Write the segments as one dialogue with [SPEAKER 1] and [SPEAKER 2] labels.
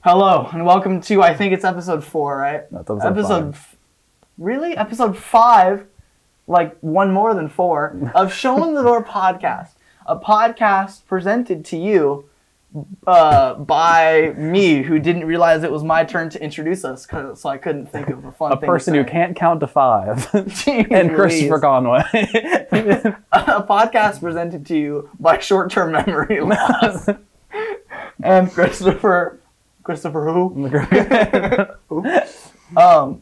[SPEAKER 1] Hello and welcome to I think it's episode four, right?
[SPEAKER 2] That's episode five.
[SPEAKER 1] f- really episode five, like one more than four of Showing the Door podcast, a podcast presented to you uh, by me, who didn't realize it was my turn to introduce us, 'cause- so I couldn't think of a fun
[SPEAKER 2] A
[SPEAKER 1] thing to
[SPEAKER 2] person who
[SPEAKER 1] say.
[SPEAKER 2] can't count to five.
[SPEAKER 1] Jeez
[SPEAKER 2] and Christopher
[SPEAKER 1] Louise.
[SPEAKER 2] Conway.
[SPEAKER 1] a podcast presented to you by short-term memory loss and Christopher. Christopher who? Um,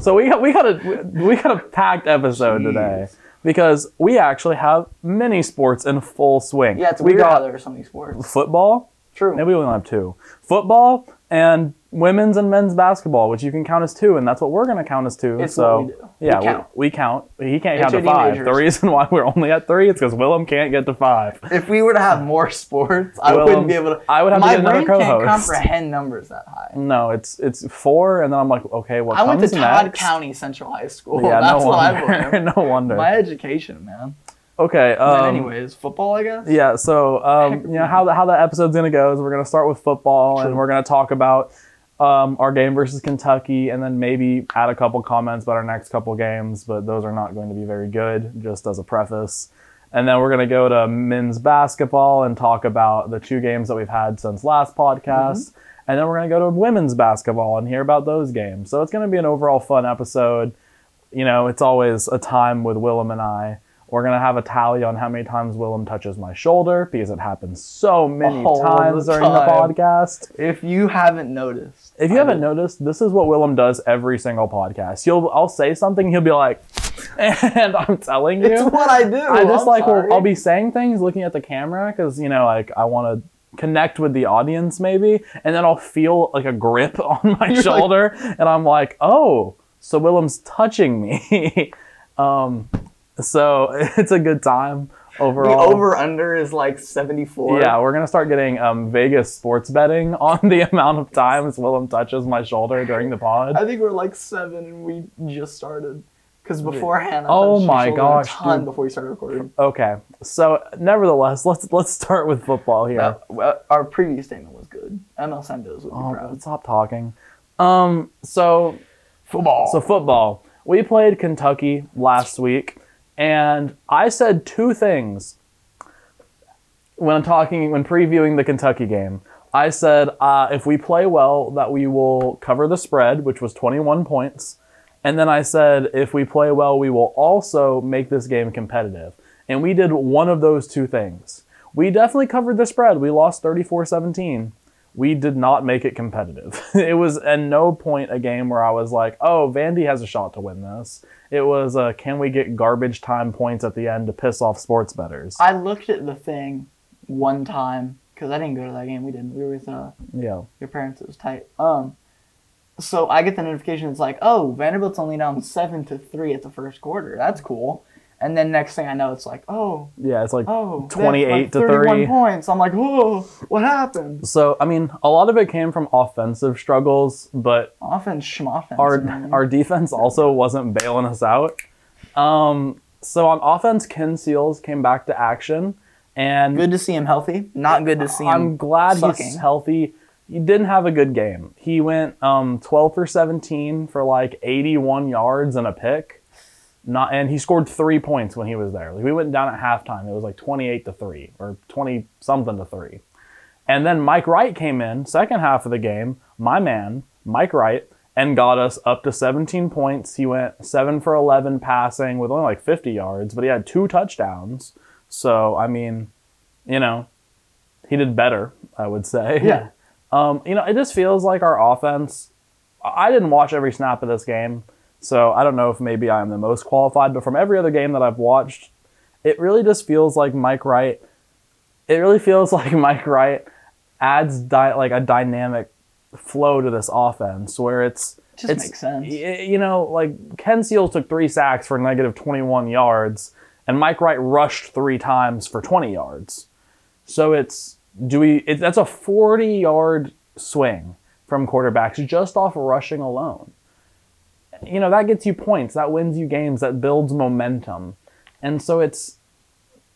[SPEAKER 2] so we got we got a we got a packed episode today because we actually have mini sports in full swing.
[SPEAKER 1] yeah, it's
[SPEAKER 2] we
[SPEAKER 1] weird how
[SPEAKER 2] got
[SPEAKER 1] there's so many sports.
[SPEAKER 2] football.
[SPEAKER 1] True.
[SPEAKER 2] Maybe we only have two. Football and women's and men's basketball, which you can count as two, and that's what we're gonna count as two.
[SPEAKER 1] It's
[SPEAKER 2] so
[SPEAKER 1] what we do. We
[SPEAKER 2] yeah,
[SPEAKER 1] count.
[SPEAKER 2] We, count. He can't count to
[SPEAKER 1] HOD
[SPEAKER 2] five. The
[SPEAKER 1] majors.
[SPEAKER 2] reason why we're only at three is because Willem can't get to five.
[SPEAKER 1] If we were to have more sports, I
[SPEAKER 2] Well,
[SPEAKER 1] wouldn't be able to.
[SPEAKER 2] I would have to
[SPEAKER 1] My
[SPEAKER 2] get another
[SPEAKER 1] brain can't
[SPEAKER 2] co-host.
[SPEAKER 1] comprehend numbers that high.
[SPEAKER 2] No, it's it's four, and then I'm like, okay, what
[SPEAKER 1] I went to
[SPEAKER 2] comes
[SPEAKER 1] Todd
[SPEAKER 2] next?
[SPEAKER 1] County Central High School.
[SPEAKER 2] Yeah,
[SPEAKER 1] That's
[SPEAKER 2] no
[SPEAKER 1] what I
[SPEAKER 2] wonder.
[SPEAKER 1] blame.
[SPEAKER 2] no wonder.
[SPEAKER 1] My education, man.
[SPEAKER 2] okay.
[SPEAKER 1] But
[SPEAKER 2] Um,
[SPEAKER 1] anyways, football, I guess.
[SPEAKER 2] Yeah. So um, you know how the, how the episode's gonna go is we're gonna start with football, and
[SPEAKER 1] True.
[SPEAKER 2] we're gonna talk about um, our game versus Kentucky, and then maybe add a couple comments about our next couple games, but those are not going to be very good. Just as a preface. And then we're going to go to men's basketball and talk about the two games that we've had since last podcast.
[SPEAKER 1] Mm-hmm.
[SPEAKER 2] And then we're going to go to women's basketball and hear about those games. So it's going to be an overall fun episode. You know, it's always a time with Willem and I. We're going to have a tally on how many times Willem touches my shoulder because it happens so many
[SPEAKER 1] All the
[SPEAKER 2] times during the
[SPEAKER 1] time.
[SPEAKER 2] podcast.
[SPEAKER 1] If you haven't noticed,
[SPEAKER 2] If you
[SPEAKER 1] I
[SPEAKER 2] haven't
[SPEAKER 1] will-
[SPEAKER 2] noticed, this is what Willem does every single podcast. You'll I'll say something, he'll be like, and I'm telling you.
[SPEAKER 1] it's what I do.
[SPEAKER 2] I just
[SPEAKER 1] I'm
[SPEAKER 2] like
[SPEAKER 1] sorry.
[SPEAKER 2] will I'll be saying things, looking at the camera, because you know, like I want to connect with the audience maybe, and then I'll feel like a grip on my
[SPEAKER 1] You're like-
[SPEAKER 2] shoulder, and I'm like, oh, so Willem's touching me. um, so it's a good time
[SPEAKER 1] The
[SPEAKER 2] overall.
[SPEAKER 1] over under is like 74.
[SPEAKER 2] yeah, we're gonna start getting um, Vegas sports betting on the amount of times Willem touches my shoulder during the pod.
[SPEAKER 1] I think we're like seven and we just started. Because beforehand, I
[SPEAKER 2] Oh
[SPEAKER 1] touched your
[SPEAKER 2] my
[SPEAKER 1] shoulder
[SPEAKER 2] gosh,
[SPEAKER 1] a ton
[SPEAKER 2] dude.
[SPEAKER 1] before we started recording.
[SPEAKER 2] Okay, so nevertheless, let's let's start with football here.
[SPEAKER 1] Uh, well, our previous statement was good. ML Sandoz would be
[SPEAKER 2] Oh,
[SPEAKER 1] proud.
[SPEAKER 2] stop talking. Um, so
[SPEAKER 1] Football.
[SPEAKER 2] so football. We played Kentucky last week, and I said two things when I'm talking when previewing the Kentucky game. I said uh, if we play well, that we will cover the spread, which was 21 points, and then I said if we play well, we will also make this game competitive. And we did one of those two things. We definitely covered the spread. We lost 34 17 we did not make it competitive. it was at no point a game where I was like, oh, Vandy has a shot to win this. It was, uh, can we get garbage time points at the end to piss off sports betters?
[SPEAKER 1] I looked at the thing one time because I didn't go to that game. We didn't. We were with uh,
[SPEAKER 2] yeah.
[SPEAKER 1] your parents. It was tight. Um, so I get the notification. It's like, oh, Vanderbilt's only down seven to three at the first quarter. That's cool. And then next thing I know, it's like, oh,
[SPEAKER 2] Yeah, it's like
[SPEAKER 1] oh, that's
[SPEAKER 2] 28 to
[SPEAKER 1] 31
[SPEAKER 2] 30.
[SPEAKER 1] points. I'm like, whoa, what happened?
[SPEAKER 2] So, I mean, a lot of it came from offensive struggles, but
[SPEAKER 1] Offense, schmoffense.
[SPEAKER 2] our
[SPEAKER 1] you know what I mean?
[SPEAKER 2] our defense also wasn't bailing us out. Um, so on offense, Ken Seals came back to action, and
[SPEAKER 1] good to see him healthy. Not good to see him.
[SPEAKER 2] I'm glad he's
[SPEAKER 1] sucking.
[SPEAKER 2] healthy. He didn't have a good game. He went um, 12 for 17 for like 81 yards and a pick. Not and he scored three points when he was there. Like we went down at halftime. It was like 28 to three or 20 something to three. And then Mike Wright came in second half of the game. My man, Mike Wright, and got us up to 17 points. He went seven for 11 passing with only like 50 yards, but he had two touchdowns. So I mean, you know, he did better, I would say.
[SPEAKER 1] Yeah.
[SPEAKER 2] Um, you know, it just feels like our offense. I I didn't watch every snap of this game, so I don't know if maybe I am the most qualified, but from every other game that I've watched, it really just feels like Mike Wright. It really feels like Mike Wright adds di- like a dynamic flow to this offense where it's
[SPEAKER 1] Just
[SPEAKER 2] it's,
[SPEAKER 1] makes sense.
[SPEAKER 2] y- You know, like Ken Seal took three sacks for negative 21 yards, and Mike Wright rushed three times for 20 yards. So it's do we? It, that's a 40 yard swing from quarterbacks just off rushing alone. You know that gets you points, that wins you games, that builds momentum, and so it's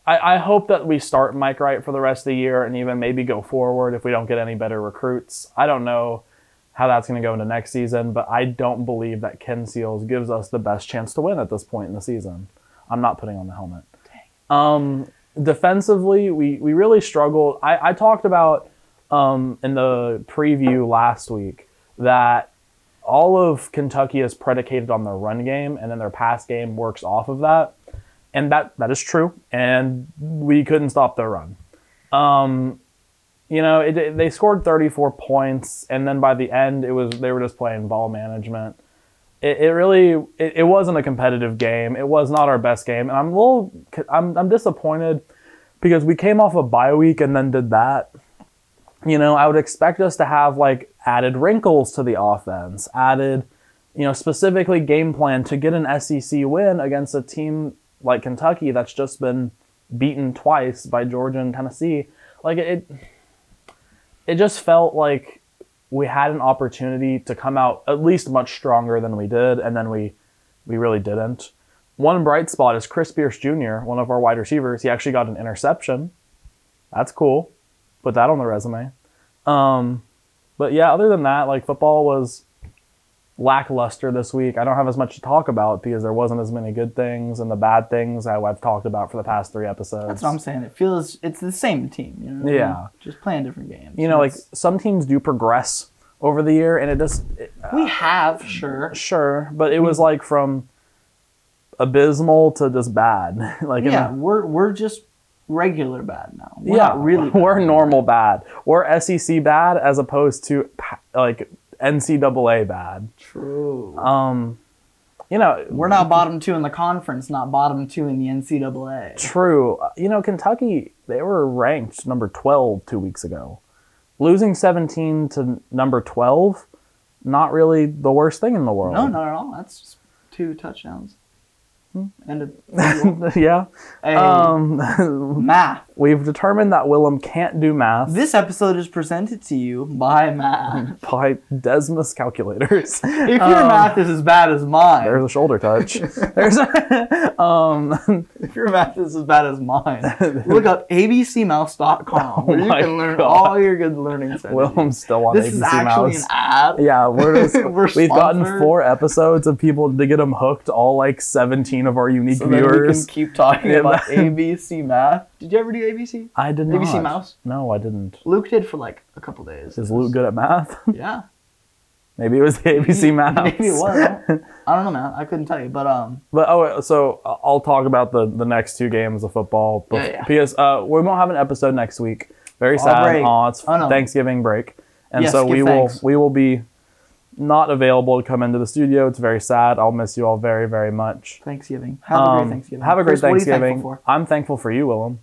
[SPEAKER 2] I, I hope that we start Mike Wright for the rest of the year and even maybe go forward if we don't get any better recruits. I don't know how that's going to go into next season, but I don't believe that Ken Seals gives us the best chance to win at this point in the season. I'm not putting on the helmet. Um, defensively, we, we really struggled. I, I talked about um, in the preview last week that all of Kentucky is predicated on their run game, and then their pass game works off of that. And that, that is true. And we couldn't stop their run. Um, you know, it, it- they scored 34 points, and then by the end, it was they were just playing ball management. It, it really it, it wasn't a competitive game. It was not our best game, and I'm a little I'm, I'm disappointed because we came off a bye week and then did that you know, I would expect us to have like added wrinkles to the offense, added, you know, specifically game plan to get an SEC win against a team like Kentucky that's just been beaten twice by Georgia and Tennessee. Like it it just felt like we had an opportunity to come out at least much stronger than we did and then we we really didn't. One bright spot is Chris Pierce Jr., one of our wide receivers. He actually got an interception. That's cool put that on the resume. Um, but yeah, other than that, like football was lackluster this week. I don't have as much to talk about because there wasn't as many good things and the bad things I, I've talked about for the past three episodes.
[SPEAKER 1] That's what I'm saying. It feels it's the same team. You know what I mean?
[SPEAKER 2] Yeah.
[SPEAKER 1] just playing different games.
[SPEAKER 2] you know, like
[SPEAKER 1] It's-
[SPEAKER 2] some teams do progress over the year, and it just it,
[SPEAKER 1] we have sure.
[SPEAKER 2] sure, but it was like from abysmal to just bad. like in
[SPEAKER 1] Yeah,
[SPEAKER 2] a-
[SPEAKER 1] we're we're just regular bad now. We're
[SPEAKER 2] yeah,
[SPEAKER 1] not really. bad.
[SPEAKER 2] we're normal bad. We're SEC E bad as opposed to pa- like NCAA bad.
[SPEAKER 1] true.
[SPEAKER 2] Um, you know,
[SPEAKER 1] we're not bottom two in the conference, not bottom two in the NCAA.
[SPEAKER 2] True. Uh, You know, Kentucky, they were ranked number 12 two weeks ago. Losing 17 to number 12, not really the worst thing in the world.
[SPEAKER 1] No, not at all. That's just two touchdowns. And a,
[SPEAKER 2] no. yeah.
[SPEAKER 1] Hey,
[SPEAKER 2] Um,
[SPEAKER 1] math.
[SPEAKER 2] we've determined that Willem can't do math
[SPEAKER 1] This episode is presented to you by math. Um,
[SPEAKER 2] by Desmus calculators. Um,
[SPEAKER 1] If your math is as bad as mine,
[SPEAKER 2] There's a shoulder touch. There's a, um,
[SPEAKER 1] if your math is as bad as mine, look up abcmouse.com where you
[SPEAKER 2] Oh my
[SPEAKER 1] can learn
[SPEAKER 2] God.
[SPEAKER 1] all your good learning strategies.
[SPEAKER 2] Willem's still on
[SPEAKER 1] This
[SPEAKER 2] ABC
[SPEAKER 1] is actually
[SPEAKER 2] Mouse.
[SPEAKER 1] an ad.
[SPEAKER 2] Yeah, we're just,
[SPEAKER 1] We're
[SPEAKER 2] we've gotten
[SPEAKER 1] sponsored.
[SPEAKER 2] four episodes of people to get them hooked. All like seventeen of our unique
[SPEAKER 1] So then we can
[SPEAKER 2] viewers.
[SPEAKER 1] keep talking
[SPEAKER 2] Yeah,
[SPEAKER 1] about
[SPEAKER 2] that-
[SPEAKER 1] ABC math. Did you ever do ABC?
[SPEAKER 2] I did not.
[SPEAKER 1] ABC Mouse?
[SPEAKER 2] No, I didn't.
[SPEAKER 1] Luke did for like a couple days.
[SPEAKER 2] Is Luke good at math?
[SPEAKER 1] Yeah.
[SPEAKER 2] Maybe it was the ABC Mouse.
[SPEAKER 1] Maybe it was. I don't- I don't know, man. I couldn't tell you. But um,
[SPEAKER 2] But oh, so I- I'll talk about the the next two games of football bef-
[SPEAKER 1] Yeah, yeah.
[SPEAKER 2] because uh, we won't have an episode next week. Very
[SPEAKER 1] Our
[SPEAKER 2] sad.
[SPEAKER 1] break.
[SPEAKER 2] Aw, it's
[SPEAKER 1] Oh, no.
[SPEAKER 2] Thanksgiving break, and
[SPEAKER 1] Yes,
[SPEAKER 2] so
[SPEAKER 1] give
[SPEAKER 2] we
[SPEAKER 1] thanks.
[SPEAKER 2] will we will be not available to come into the studio. It's very sad. I'll miss you all very very much.
[SPEAKER 1] Thanksgiving. Have a
[SPEAKER 2] Um,
[SPEAKER 1] great Thanksgiving.
[SPEAKER 2] Have a great
[SPEAKER 1] Chris, what are you thankful
[SPEAKER 2] Thanksgiving.
[SPEAKER 1] for?
[SPEAKER 2] I'm thankful for you, Willem.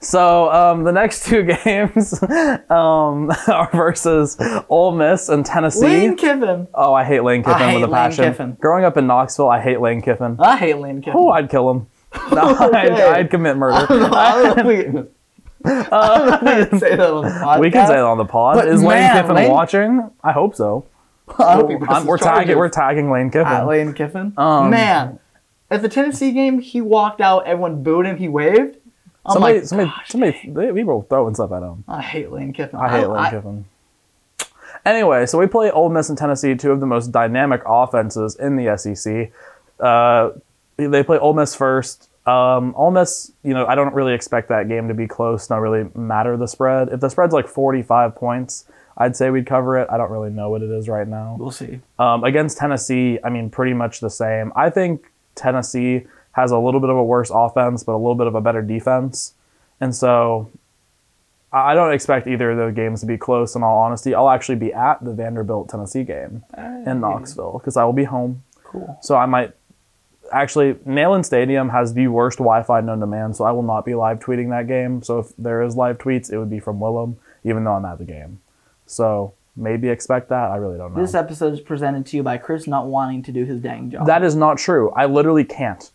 [SPEAKER 2] So um, the next two games um, are versus Ole Miss and Tennessee.
[SPEAKER 1] Lane Kiffin.
[SPEAKER 2] Oh, I hate Lane Kiffin
[SPEAKER 1] hate
[SPEAKER 2] with a
[SPEAKER 1] Lane
[SPEAKER 2] passion.
[SPEAKER 1] Kiffin.
[SPEAKER 2] Growing up in Knoxville, I hate Lane Kiffin.
[SPEAKER 1] I hate Lane Kiffin.
[SPEAKER 2] Oh, I'd kill him. No, I'd,
[SPEAKER 1] Okay.
[SPEAKER 2] I'd commit murder.
[SPEAKER 1] I don't know if we can, I don't know if we can say that on the podcast.
[SPEAKER 2] Uh, we can say that on the pod.
[SPEAKER 1] But
[SPEAKER 2] Is Lane
[SPEAKER 1] man,
[SPEAKER 2] Kiffin
[SPEAKER 1] Lane-
[SPEAKER 2] watching? I hope so.
[SPEAKER 1] I hope he
[SPEAKER 2] I'm-
[SPEAKER 1] presses
[SPEAKER 2] we're tagging.
[SPEAKER 1] charges
[SPEAKER 2] We're tagging Lane Kiffin.
[SPEAKER 1] at Lane Kiffin.
[SPEAKER 2] Um,
[SPEAKER 1] Man, at the Tennessee game, he walked out. Everyone booed him. He waved. I'm
[SPEAKER 2] somebody,
[SPEAKER 1] like,
[SPEAKER 2] somebody,
[SPEAKER 1] Oh "Gosh,
[SPEAKER 2] somebody, they, we were throwing stuff at him.
[SPEAKER 1] I hate Lane Kiffin.
[SPEAKER 2] I hate Lane
[SPEAKER 1] I-
[SPEAKER 2] Kiffin. Anyway, so we play Ole Miss and Tennessee, two of the most dynamic offenses in the SEC. Uh, they play Ole Miss first. Um, Ole Miss, you know, I don't really expect that game to be close. Not really matter the spread. If the spread's like 45 points, I'd say we'd cover it. I don't really know what it is right now.
[SPEAKER 1] We'll see.
[SPEAKER 2] Um, against Tennessee, I mean, pretty much the same. I think Tennessee has a little bit of a worse offense, but a little bit of a better defense. And so I I don't expect either of those games to be close, in all honesty. I'll actually be at the Vanderbilt Tennessee game
[SPEAKER 1] Uh,
[SPEAKER 2] in Knoxville because I will be home.
[SPEAKER 1] Cool.
[SPEAKER 2] So I might actually, Neyland Stadium has the worst Wi Fi known to man, so I will not be live tweeting that game. So if there is live tweets, it would be from Willem, even though I'm at the game. So maybe expect that. I really don't know.
[SPEAKER 1] This episode is presented to you by Chris not wanting to do his dang job.
[SPEAKER 2] That is not true. I literally can't.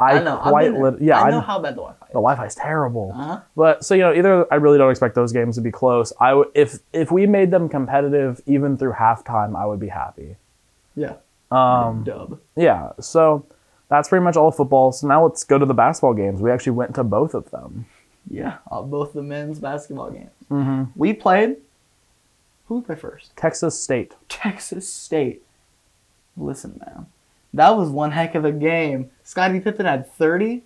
[SPEAKER 2] I,
[SPEAKER 1] Oh. I know. I've
[SPEAKER 2] quite
[SPEAKER 1] been there.
[SPEAKER 2] lit- yeah.
[SPEAKER 1] I
[SPEAKER 2] I
[SPEAKER 1] know how bad the Wi-Fi is.
[SPEAKER 2] the Wi-Fi is terrible.
[SPEAKER 1] Uh-huh.
[SPEAKER 2] But so you know, either I really don't expect those games to be close. I w- if if we made them competitive even through halftime, I would be happy.
[SPEAKER 1] Yeah.
[SPEAKER 2] Um,
[SPEAKER 1] Dub.
[SPEAKER 2] yeah. So That's pretty much all football. So now let's go to the basketball games. We actually went to both of them.
[SPEAKER 1] Yeah, uh, both the men's basketball games. We played. Who we play first?
[SPEAKER 2] Texas State.
[SPEAKER 1] Texas State. Listen, man, that was one heck of a game. Scottie Pippen had thirty.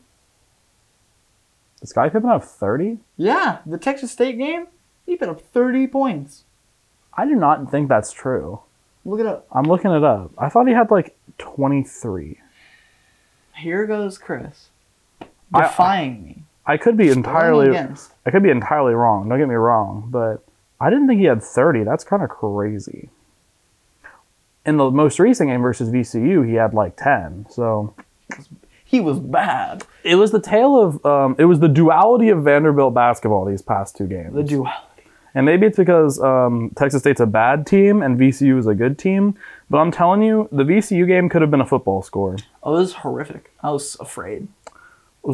[SPEAKER 2] Does Guy Pippen have 30?
[SPEAKER 1] Yeah, the Texas State game. He put up thirty points.
[SPEAKER 2] I do not think that's true.
[SPEAKER 1] Look it up.
[SPEAKER 2] I'm looking it up. I thought he had like 23.
[SPEAKER 1] Here goes Chris,
[SPEAKER 2] I-
[SPEAKER 1] defying me.
[SPEAKER 2] I could be entirely
[SPEAKER 1] Going against.
[SPEAKER 2] I could be entirely wrong. Don't get me wrong, but I didn't think he had 30. That's kind of crazy. In the most recent game versus VCU, he had like 10. So
[SPEAKER 1] He was bad.
[SPEAKER 2] it was the tale of um, it was the duality of Vanderbilt basketball these past two games.
[SPEAKER 1] The duality.
[SPEAKER 2] And maybe it's because um, Texas State's a bad team and VCU is a good team. But I'm telling you, the VCU game could have been a football score.
[SPEAKER 1] Oh, this is horrific. I was afraid.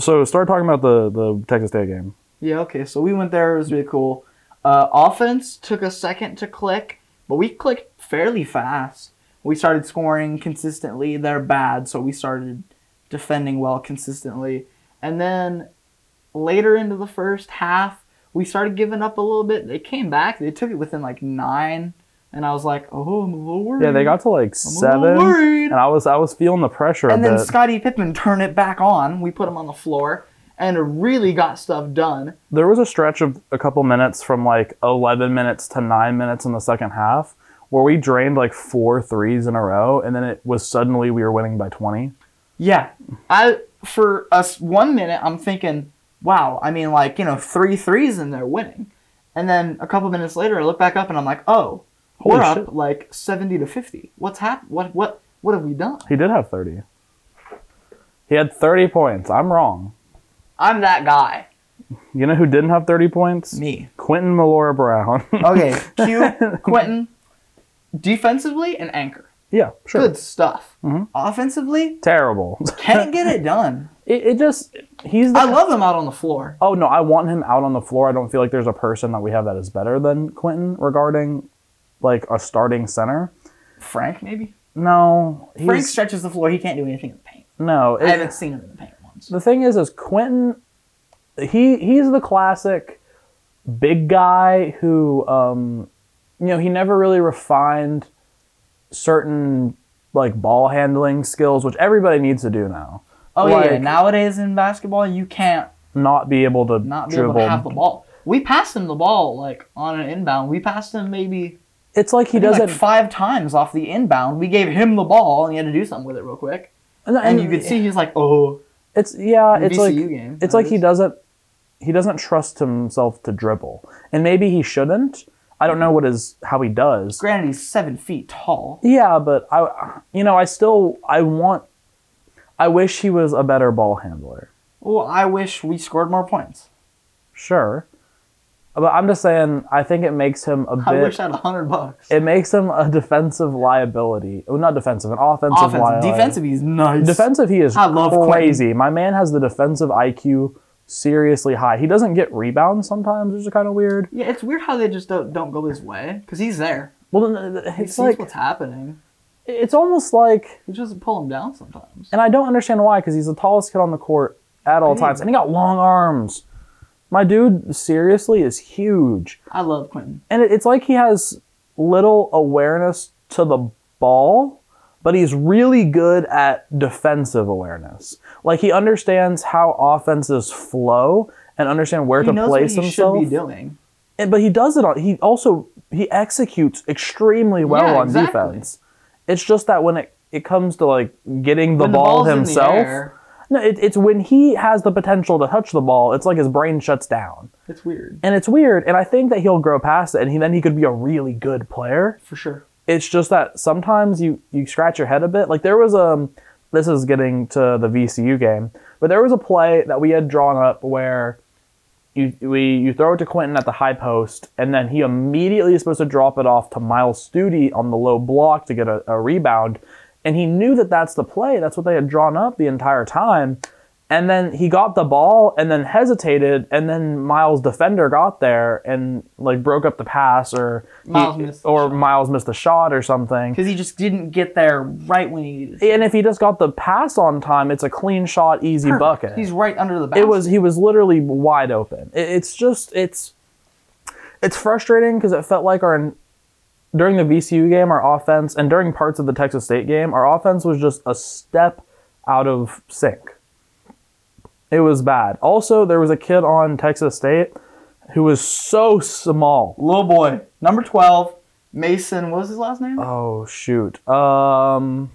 [SPEAKER 2] So start talking about the, the Texas State game.
[SPEAKER 1] Yeah, okay. So we went there. It was really cool. Uh, offense took a second to click, but we clicked fairly fast. We started scoring consistently. They're bad, so we started defending well consistently. And then later into the first half, we started giving up a little bit. They came back. They took it within like nine, and I was like, "Oh, I'm a little worried."
[SPEAKER 2] Yeah, they got to like
[SPEAKER 1] I'm a little
[SPEAKER 2] seven,
[SPEAKER 1] worried.
[SPEAKER 2] and I was I was feeling the pressure
[SPEAKER 1] and
[SPEAKER 2] a
[SPEAKER 1] then
[SPEAKER 2] bit.
[SPEAKER 1] Scottie Pippen turned it back on. We put him on the floor and really got stuff done.
[SPEAKER 2] there was a stretch of a couple minutes from like 11 minutes to 9 minutes in the second half where we drained like four threes in a row and then it was suddenly we were winning by 20
[SPEAKER 1] Yeah. I for us one minute I'm thinking, wow, I mean like, you know, three threes and they're winning. And then a couple minutes later I look back up and I'm like, oh,
[SPEAKER 2] Holy
[SPEAKER 1] we're
[SPEAKER 2] shit.
[SPEAKER 1] up like seventy to fifty. What's happened? What what what have we done?
[SPEAKER 2] he did have 30 he had 30 points i'm wrong
[SPEAKER 1] I'm that guy.
[SPEAKER 2] you know who didn't have 30 points
[SPEAKER 1] Me.
[SPEAKER 2] quentin melora brown
[SPEAKER 1] Okay. Q Quentin. Defensively an anchor.
[SPEAKER 2] yeah sure Mm-hmm.
[SPEAKER 1] Good stuff. Offensively,
[SPEAKER 2] terrible
[SPEAKER 1] can't get it done.
[SPEAKER 2] it, it just he's the
[SPEAKER 1] I love him out on the floor.
[SPEAKER 2] Oh no, I want him out on the floor. I don't feel like there's a person that we have that is better than Quentin regarding like a starting center.
[SPEAKER 1] Frank, maybe?
[SPEAKER 2] No, he's,
[SPEAKER 1] Frank stretches the floor, he can't do anything in the paint.
[SPEAKER 2] no.
[SPEAKER 1] I
[SPEAKER 2] it-
[SPEAKER 1] haven't seen him in the paint once.
[SPEAKER 2] the thing is, is Quentin, he he's the classic big guy who, um, you know, he never really refined certain like ball handling skills, which everybody needs to do now.
[SPEAKER 1] Oh yeah,
[SPEAKER 2] Like-
[SPEAKER 1] nowadays in basketball you can't
[SPEAKER 2] Not be able to
[SPEAKER 1] not be
[SPEAKER 2] dribble.
[SPEAKER 1] able to have the ball. We passed him the ball like on an inbound. We passed him maybe
[SPEAKER 2] It's like he
[SPEAKER 1] I think, like,
[SPEAKER 2] doesn't.
[SPEAKER 1] five times off the inbound. We gave him the ball and he had to do something with it real quick. And, you could see he's like, oh,
[SPEAKER 2] It's yeah,
[SPEAKER 1] The
[SPEAKER 2] it's like
[SPEAKER 1] VCU game,
[SPEAKER 2] it's
[SPEAKER 1] that
[SPEAKER 2] like he
[SPEAKER 1] is.
[SPEAKER 2] doesn't he doesn't trust himself to dribble, and maybe he shouldn't. I don't know what is how he does.
[SPEAKER 1] granted he's seven feet tall.
[SPEAKER 2] Yeah, but I you know I still I want I wish he was a better ball handler.
[SPEAKER 1] Well, I wish we scored more points.
[SPEAKER 2] Sure, but I'm just saying I think it makes him a
[SPEAKER 1] I wish
[SPEAKER 2] bit.
[SPEAKER 1] I had a hundred bucks.
[SPEAKER 2] It makes him a defensive liability. Well, not defensive, an offensive
[SPEAKER 1] Offensive,
[SPEAKER 2] liability.
[SPEAKER 1] defensive, he's nice.
[SPEAKER 2] Defensive, he is
[SPEAKER 1] I love Quentin.
[SPEAKER 2] crazy. My man has the defensive IQ seriously high. He doesn't get rebounds sometimes, which is kind of weird.
[SPEAKER 1] Yeah, it's weird how they just don't, don't go his way because he's there.
[SPEAKER 2] Well, then, uh,
[SPEAKER 1] He
[SPEAKER 2] it's
[SPEAKER 1] sees
[SPEAKER 2] like
[SPEAKER 1] what's happening.
[SPEAKER 2] it's almost like,
[SPEAKER 1] He just doesn't pull him down sometimes.
[SPEAKER 2] and I don't understand why, because he's the tallest kid on the court at all
[SPEAKER 1] Big.
[SPEAKER 2] times, and he got long arms. My dude, seriously, is huge,
[SPEAKER 1] I love Quentin.
[SPEAKER 2] and it, it's like he has little awareness to the ball, but he's really good at defensive awareness. Like he understands how offenses flow and understand where
[SPEAKER 1] He
[SPEAKER 2] to
[SPEAKER 1] knows what
[SPEAKER 2] place
[SPEAKER 1] he
[SPEAKER 2] himself.
[SPEAKER 1] should be doing.
[SPEAKER 2] And- but he does it on he also he executes extremely well
[SPEAKER 1] Yeah,
[SPEAKER 2] on
[SPEAKER 1] exactly.
[SPEAKER 2] defense it's just that when it it comes to like getting the
[SPEAKER 1] When
[SPEAKER 2] ball
[SPEAKER 1] ball's in the
[SPEAKER 2] himself
[SPEAKER 1] air,
[SPEAKER 2] no it, it's when he has the potential to touch the ball it's like his brain shuts down
[SPEAKER 1] it's weird
[SPEAKER 2] and it's weird and i think that he'll grow past it and he, then he could be a really good player
[SPEAKER 1] for sure.
[SPEAKER 2] it's just that sometimes you you scratch your head a bit. Like there was um this is getting to the VCU game, but there was a play that we had drawn up where you we you throw it to Quentin at the high post, and then he immediately is supposed to drop it off to Miles Studi on the low block to get a, a rebound, and he knew that that's the play. That's what they had drawn up the entire time, And then he got the ball and then hesitated, and then Miles' defender got there and like broke up the pass, or he-
[SPEAKER 1] Miles missed the
[SPEAKER 2] or
[SPEAKER 1] shot.
[SPEAKER 2] Miles missed a shot or something.
[SPEAKER 1] because he just didn't get there right when he needed. it.
[SPEAKER 2] And if he just got the pass on time, it's a clean shot, easy bucket.
[SPEAKER 1] He's right under the basket.
[SPEAKER 2] it was he was literally wide open. It, it's just it's it's frustrating because it felt like our during the VCU game, our offense, and during parts of the Texas State game, our offense was just a step out of sync. It was bad. Also, there was a kid on Texas State who was so small.
[SPEAKER 1] little boy number twelve, Mason. What was his last name?
[SPEAKER 2] Oh shoot. Um,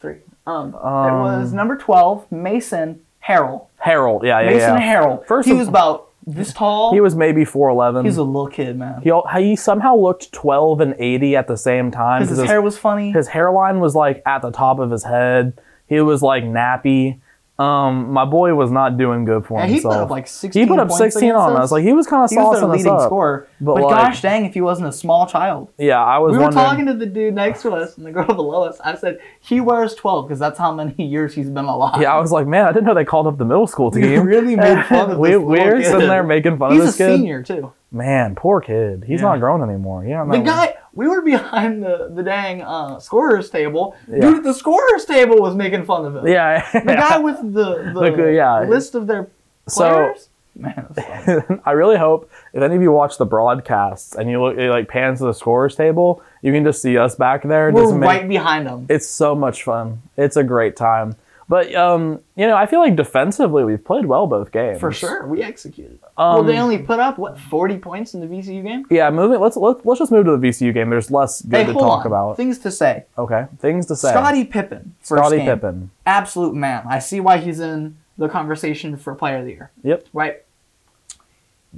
[SPEAKER 1] Three. Um, it was number twelve, Mason Harrell.
[SPEAKER 2] Harold. Yeah, yeah,
[SPEAKER 1] Mason
[SPEAKER 2] yeah.
[SPEAKER 1] Harrell.
[SPEAKER 2] First
[SPEAKER 1] he
[SPEAKER 2] of-
[SPEAKER 1] was about this tall.
[SPEAKER 2] He was maybe four
[SPEAKER 1] He
[SPEAKER 2] eleven.
[SPEAKER 1] was a little kid, man.
[SPEAKER 2] He, al- he somehow looked 12 and 80 at the same time.
[SPEAKER 1] Because
[SPEAKER 2] 'cause
[SPEAKER 1] his hair was funny.
[SPEAKER 2] his hairline was like at the top of his head. He was like nappy. Um, my boy was not doing good for
[SPEAKER 1] and he
[SPEAKER 2] himself.
[SPEAKER 1] put up like sixteen.
[SPEAKER 2] He put up
[SPEAKER 1] points
[SPEAKER 2] 16
[SPEAKER 1] against
[SPEAKER 2] on us. Like he was kind of
[SPEAKER 1] he was
[SPEAKER 2] saucing
[SPEAKER 1] their
[SPEAKER 2] us
[SPEAKER 1] leading
[SPEAKER 2] up.
[SPEAKER 1] scorer.
[SPEAKER 2] But,
[SPEAKER 1] But,
[SPEAKER 2] like-
[SPEAKER 1] gosh dang, if he wasn't a small child.
[SPEAKER 2] Yeah, I was
[SPEAKER 1] We were
[SPEAKER 2] wondering.
[SPEAKER 1] talking to the dude next to us and the girl below us. I said he wears twelve because that's how many years he's been alive.
[SPEAKER 2] yeah, I was like, man, I didn't know they called up the middle school team.
[SPEAKER 1] really made fun of
[SPEAKER 2] we,
[SPEAKER 1] this
[SPEAKER 2] we
[SPEAKER 1] little
[SPEAKER 2] were sitting
[SPEAKER 1] kid.
[SPEAKER 2] there making fun
[SPEAKER 1] He's
[SPEAKER 2] of
[SPEAKER 1] a
[SPEAKER 2] this kid.
[SPEAKER 1] senior too.
[SPEAKER 2] Man, poor kid. He's
[SPEAKER 1] Yeah.
[SPEAKER 2] not grown anymore. Yeah,
[SPEAKER 1] The guy, we were behind the the dang uh, scorers table.
[SPEAKER 2] Yeah.
[SPEAKER 1] Dude at the scorers table was making fun of him.
[SPEAKER 2] Yeah,
[SPEAKER 1] The guy with the, the
[SPEAKER 2] The- yeah.
[SPEAKER 1] list of their
[SPEAKER 2] So-
[SPEAKER 1] players. Man, that's funny.
[SPEAKER 2] I really hope if any of you watch the broadcasts and you look, it like pans to the scorers table, you can just see us back there.
[SPEAKER 1] we're
[SPEAKER 2] just make-
[SPEAKER 1] right behind him.
[SPEAKER 2] It's so much fun. It's a great time. But um, you know, I feel like defensively we've played well both games.
[SPEAKER 1] For sure, we executed. well,
[SPEAKER 2] Um,
[SPEAKER 1] they only put up what forty points in the VCU game.
[SPEAKER 2] Yeah, moving. Let's let's, let's just move to the VCU game. There's less good
[SPEAKER 1] Hey,
[SPEAKER 2] to
[SPEAKER 1] hold
[SPEAKER 2] talk
[SPEAKER 1] on.
[SPEAKER 2] about.
[SPEAKER 1] Things to say.
[SPEAKER 2] Okay, things to say.
[SPEAKER 1] Scotty Pippen. First
[SPEAKER 2] Scottie
[SPEAKER 1] game.
[SPEAKER 2] Pippen.
[SPEAKER 1] Absolute man. I see why he's in the conversation for Player of the Year.
[SPEAKER 2] Yep.
[SPEAKER 1] Right.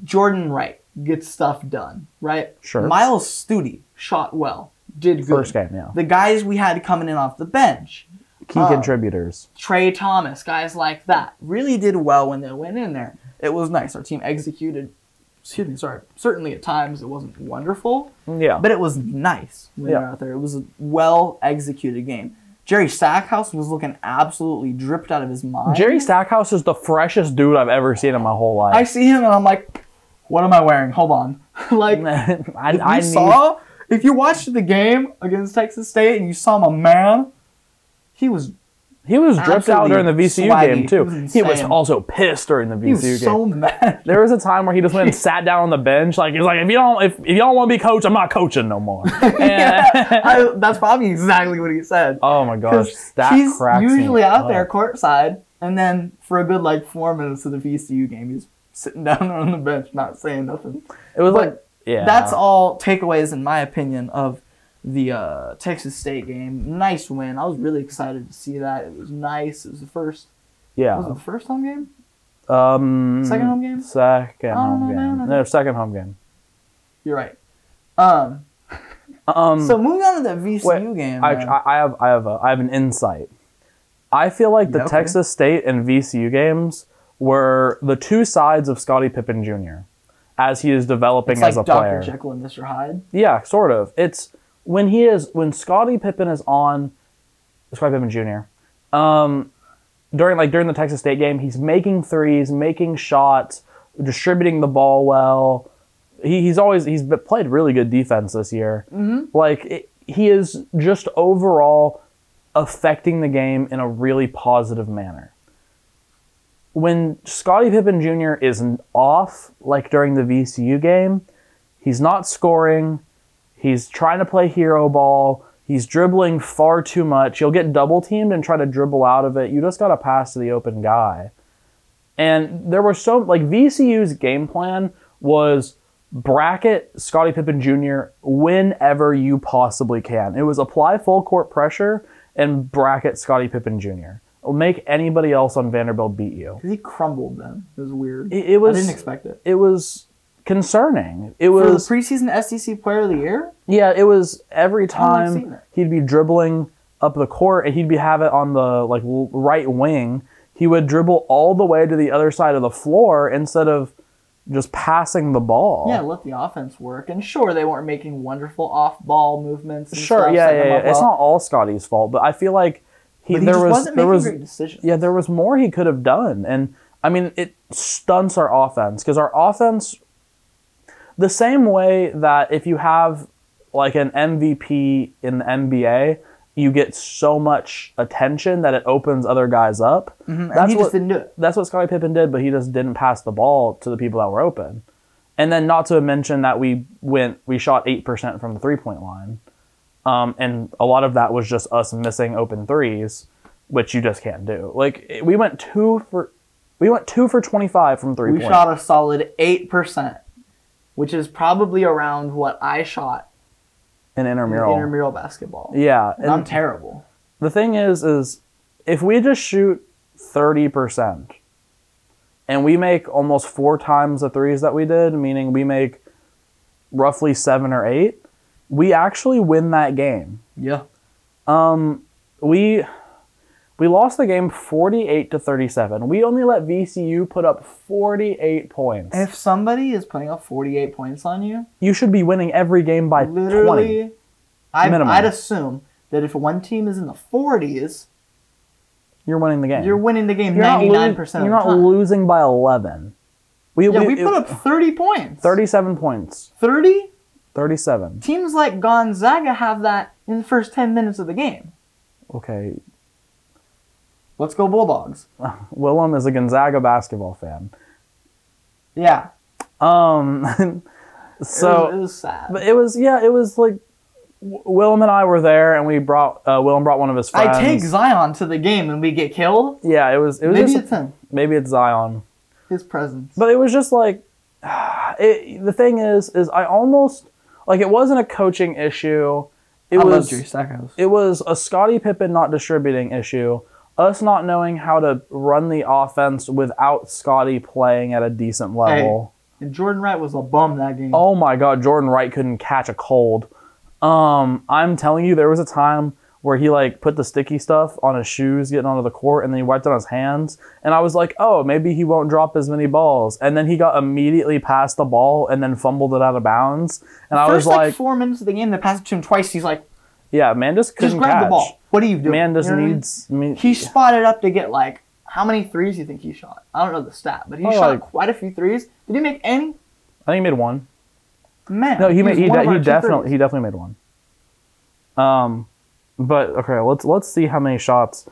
[SPEAKER 1] Jordan Wright gets stuff done. Right.
[SPEAKER 2] Sure.
[SPEAKER 1] Miles Studi shot well. Did good.
[SPEAKER 2] First game. Yeah.
[SPEAKER 1] The guys we had coming in off the bench.
[SPEAKER 2] Key
[SPEAKER 1] Uh,
[SPEAKER 2] contributors.
[SPEAKER 1] Trey Thomas, guys like that, really did well when they went in there. It was nice. Our team executed. Excuse me, sorry. Certainly at times it wasn't wonderful,
[SPEAKER 2] Yeah.
[SPEAKER 1] but it was nice when they were
[SPEAKER 2] Yeah.
[SPEAKER 1] out there. It was a well executed game. Jerry Stackhouse was looking absolutely dripped out of his mind.
[SPEAKER 2] Jerry Stackhouse is the freshest dude I've ever seen in my whole
[SPEAKER 1] I
[SPEAKER 2] life.
[SPEAKER 1] see him and I'm like, what am I wearing? Hold on. like,
[SPEAKER 2] I,
[SPEAKER 1] if you
[SPEAKER 2] I need.
[SPEAKER 1] saw, if you watched the game against Texas State and you saw my man, he was
[SPEAKER 2] He was dripped out
[SPEAKER 1] Absolutely
[SPEAKER 2] during the VCU
[SPEAKER 1] swaggy.
[SPEAKER 2] game too.
[SPEAKER 1] He was
[SPEAKER 2] He was
[SPEAKER 1] insane.
[SPEAKER 2] also pissed during the VCU
[SPEAKER 1] he was
[SPEAKER 2] game.
[SPEAKER 1] so mad.
[SPEAKER 2] There was a time where he just went and sat down on the bench, like he was like, if you don't, if, if you don't want to be coach, I'm not coaching no more. And-
[SPEAKER 1] I, that's probably exactly what he said.
[SPEAKER 2] oh my gosh,
[SPEAKER 1] Because
[SPEAKER 2] that
[SPEAKER 1] he's
[SPEAKER 2] cracks me
[SPEAKER 1] usually out
[SPEAKER 2] up.
[SPEAKER 1] there courtside, and then for a good like four minutes of the VCU game, he's sitting down on the bench, not saying nothing.
[SPEAKER 2] It was
[SPEAKER 1] but
[SPEAKER 2] like, yeah,
[SPEAKER 1] That's all takeaways, in my opinion, of the uh, Texas State game. Nice win. I was really excited to see that. It was nice. It was the first. Was it
[SPEAKER 2] yeah.
[SPEAKER 1] the first home game?
[SPEAKER 2] Um,
[SPEAKER 1] Second home game?
[SPEAKER 2] Second
[SPEAKER 1] I don't
[SPEAKER 2] home
[SPEAKER 1] know, man, I
[SPEAKER 2] game. No, second home game.
[SPEAKER 1] You're right. Um.
[SPEAKER 2] Um,
[SPEAKER 1] So moving on to the VCU
[SPEAKER 2] Wait,
[SPEAKER 1] game.
[SPEAKER 2] I,
[SPEAKER 1] man.
[SPEAKER 2] I I have I have a, I have an insight. I feel like the
[SPEAKER 1] Yeah, okay.
[SPEAKER 2] Texas State and VCU games were the two sides of Scottie Pippen Jr. as he is developing
[SPEAKER 1] it's
[SPEAKER 2] as
[SPEAKER 1] like
[SPEAKER 2] a
[SPEAKER 1] Dr.
[SPEAKER 2] player.
[SPEAKER 1] Jekyll and Mr. Hyde.
[SPEAKER 2] Yeah, sort of. It's when he is when Scottie Pippen is on Scottie Pippen Jr. Um, during like during the Texas State game, he's making threes, making shots, distributing the ball well. He, he's always he's been- played really good defense this year. Mm-hmm. Like it, he is just overall affecting the game in a really positive manner. When Scottie Pippen Jr. is off, like during the VCU game, He's not scoring. He's trying to play hero ball. He's dribbling far too much. You'll get double teamed and try to dribble out of it. You just got to pass to the open guy. And there were so like VCU's game plan was bracket Scottie Pippen Jr. whenever you possibly can. It was apply full court pressure and bracket Scottie Pippen Jr. It'll make anybody else on Vanderbilt beat you.
[SPEAKER 1] Because he crumbled them. It was weird.
[SPEAKER 2] It, it was
[SPEAKER 1] I didn't expect it.
[SPEAKER 2] it was concerning. It
[SPEAKER 1] For the
[SPEAKER 2] was
[SPEAKER 1] preseason SEC Player of the Year,
[SPEAKER 2] Yeah, it was every
[SPEAKER 1] Oh, I've
[SPEAKER 2] time
[SPEAKER 1] seen it.
[SPEAKER 2] he'd be dribbling up the court and he'd be have it on the like l- right wing. He would dribble all the way to the other side of the floor instead of just passing the ball.
[SPEAKER 1] yeah, let the offense work. And sure, they weren't making wonderful off-ball movements. And
[SPEAKER 2] sure.
[SPEAKER 1] stuff,
[SPEAKER 2] Yeah,
[SPEAKER 1] setting
[SPEAKER 2] yeah,
[SPEAKER 1] them
[SPEAKER 2] yeah.
[SPEAKER 1] up
[SPEAKER 2] It's
[SPEAKER 1] well.
[SPEAKER 2] not all Scotty's fault, but I feel like he,
[SPEAKER 1] but he
[SPEAKER 2] there
[SPEAKER 1] just
[SPEAKER 2] was
[SPEAKER 1] wasn't
[SPEAKER 2] there
[SPEAKER 1] making
[SPEAKER 2] was
[SPEAKER 1] great decisions.
[SPEAKER 2] yeah, there was more he could have done. And I mean, it stunts our offense because our offense, the same way that if you have like an MVP in the NBA, you get so much attention that it opens other guys up.
[SPEAKER 1] Mm-hmm. And
[SPEAKER 2] That's
[SPEAKER 1] he
[SPEAKER 2] what
[SPEAKER 1] just didn't do it.
[SPEAKER 2] that's what Scottie Pippen did, but he just didn't pass the ball to the people that were open. And then not to mention that we went we shot eight percent from the three point line. Um, and a lot of that was just us missing open threes, which you just can't do. Like it- we went two for we went two for twenty five from three
[SPEAKER 1] We
[SPEAKER 2] point.
[SPEAKER 1] shot a solid eight percent, which is probably around what I shot
[SPEAKER 2] in
[SPEAKER 1] in
[SPEAKER 2] intramural.
[SPEAKER 1] intramural basketball.
[SPEAKER 2] yeah.
[SPEAKER 1] And I'm
[SPEAKER 2] And
[SPEAKER 1] terrible.
[SPEAKER 2] the thing is is if we just shoot thirty percent and we make almost four times the threes that we did, meaning we make roughly seven or eight, we actually win that game.
[SPEAKER 1] Yeah.
[SPEAKER 2] Um, we we lost the game forty-eight to thirty-seven. We only let VCU put up forty-eight points.
[SPEAKER 1] If somebody is putting up 48 points on you,
[SPEAKER 2] you should be winning every game by twenty.
[SPEAKER 1] literally, I,
[SPEAKER 2] Minimum.
[SPEAKER 1] I'd assume that if one team is in the 40s,
[SPEAKER 2] You're winning the game.
[SPEAKER 1] you're winning the game
[SPEAKER 2] You're not losing-
[SPEAKER 1] 99% of the
[SPEAKER 2] You're not
[SPEAKER 1] time.
[SPEAKER 2] losing by eleven. We,
[SPEAKER 1] yeah,
[SPEAKER 2] we,
[SPEAKER 1] we
[SPEAKER 2] it-
[SPEAKER 1] put up 30 points.
[SPEAKER 2] thirty-seven points.
[SPEAKER 1] 30?
[SPEAKER 2] Thirty-seven.
[SPEAKER 1] Teams like Gonzaga have that in the first 10 minutes of the game.
[SPEAKER 2] Okay,
[SPEAKER 1] Let's go Bulldogs.
[SPEAKER 2] Willem is a Gonzaga basketball fan.
[SPEAKER 1] Yeah.
[SPEAKER 2] Um, so
[SPEAKER 1] it was, it was sad.
[SPEAKER 2] But it was yeah, it was like W- Willem and I were there, and we brought uh, Willem brought one of his friends.
[SPEAKER 1] I take Zion to the game and we get killed.
[SPEAKER 2] yeah, it was it was
[SPEAKER 1] Maybe
[SPEAKER 2] just-
[SPEAKER 1] it's him.
[SPEAKER 2] maybe it's Zion,
[SPEAKER 1] His presence.
[SPEAKER 2] but it was just like it, the thing is is I almost like it wasn't a coaching issue. It
[SPEAKER 1] I
[SPEAKER 2] was
[SPEAKER 1] love Drew Stackhouse.
[SPEAKER 2] it was a Scottie Pippen not distributing issue, us not knowing how to run the offense without Scottie playing at a decent level.
[SPEAKER 1] And Jordan Wright was a bum that game.
[SPEAKER 2] Oh my god, Jordan Wright couldn't catch a cold. Um, I'm telling you, there was a time where he like put the sticky stuff on his shoes getting onto the court and then he wiped it on his hands. And I was like, oh, maybe he won't drop as many balls. And then he got immediately past the ball and then fumbled it out of bounds. And I
[SPEAKER 1] First,
[SPEAKER 2] was like,
[SPEAKER 1] four minutes of the game, they pass it to him twice. He's like,
[SPEAKER 2] yeah, man just couldn't
[SPEAKER 1] just grab
[SPEAKER 2] catch.
[SPEAKER 1] the ball. What are you doing?
[SPEAKER 2] Man just
[SPEAKER 1] You know what I mean?
[SPEAKER 2] needs me.
[SPEAKER 1] He spotted up to get like how many threes you think he shot? I don't know the stat, but he
[SPEAKER 2] Oh,
[SPEAKER 1] shot
[SPEAKER 2] like-
[SPEAKER 1] quite a few threes. Did he make any?
[SPEAKER 2] I think he made one.
[SPEAKER 1] Man,
[SPEAKER 2] No, he
[SPEAKER 1] was
[SPEAKER 2] made, he,
[SPEAKER 1] one
[SPEAKER 2] de-
[SPEAKER 1] of our
[SPEAKER 2] he
[SPEAKER 1] two
[SPEAKER 2] definitely
[SPEAKER 1] threes.
[SPEAKER 2] he definitely made one. Um, but okay, let's let's see how many shots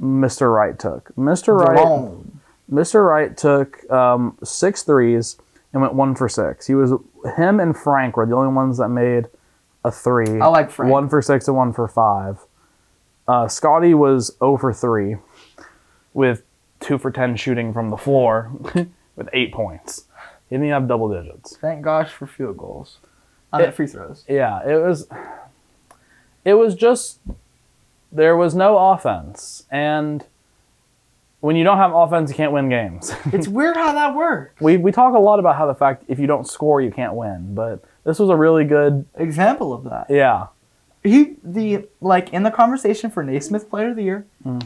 [SPEAKER 2] Mr. Wright took. Mr. Wright,
[SPEAKER 1] Jerome.
[SPEAKER 2] Mr. Wright took um, six threes and went one for six. He was him and Frank were the only ones that made a three.
[SPEAKER 1] I like Frank.
[SPEAKER 2] One for six and one for five. Uh, Scotty was 0 for three, with two for ten shooting from the floor, with eight points. He didn't even have double digits.
[SPEAKER 1] Thank gosh for field goals. I mean, free throws.
[SPEAKER 2] yeah it was it was just there was no offense and when you don't have offense you can't win games
[SPEAKER 1] it's weird how that worked.
[SPEAKER 2] we, we talk a lot about how the fact if you don't score you can't win but this was a really good
[SPEAKER 1] Example of that.
[SPEAKER 2] yeah
[SPEAKER 1] He the like in the conversation for Naismith Player of the Year,
[SPEAKER 2] Hmm.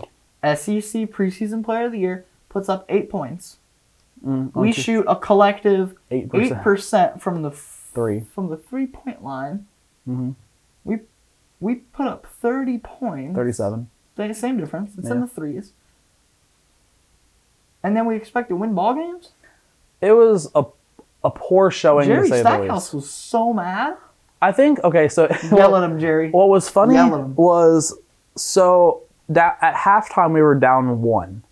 [SPEAKER 1] SEC preseason Player of the Year puts up eight points.
[SPEAKER 2] Mm,
[SPEAKER 1] We
[SPEAKER 2] onto
[SPEAKER 1] shoot a collective
[SPEAKER 2] 8%
[SPEAKER 1] eight percent from the f-
[SPEAKER 2] Three.
[SPEAKER 1] from the three point line.
[SPEAKER 2] Mhm.
[SPEAKER 1] We we put up thirty points.
[SPEAKER 2] 37
[SPEAKER 1] Same- Same difference. It's in
[SPEAKER 2] Yeah.
[SPEAKER 1] the threes. And then we expect to win ball games.
[SPEAKER 2] it was a a poor showing
[SPEAKER 1] Jerry
[SPEAKER 2] to say
[SPEAKER 1] Stackhouse
[SPEAKER 2] the least
[SPEAKER 1] was so mad.
[SPEAKER 2] i think okay so
[SPEAKER 1] Yell at him, Jerry.
[SPEAKER 2] What was funny
[SPEAKER 1] Yell at 'em.
[SPEAKER 2] was so that at halftime we were down one,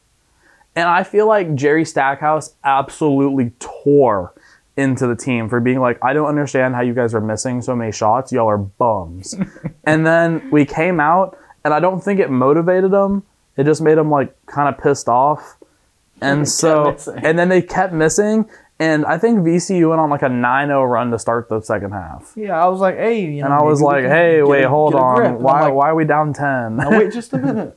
[SPEAKER 2] and I feel like Jerry Stackhouse absolutely tore into the team for being like, I don't understand how you guys are missing so many shots. Y'all are bums. and then we came out, and I don't think it motivated them. It just made them like kind of pissed off, and so
[SPEAKER 1] missing.
[SPEAKER 2] and then they kept missing. And I think VCU went on like a 9-0 run to start the second half.
[SPEAKER 1] Yeah, I was like, hey, you know.
[SPEAKER 2] And I was like, hey, wait, hold on. Why,
[SPEAKER 1] Why?
[SPEAKER 2] why are we down 10?
[SPEAKER 1] Wait just a minute.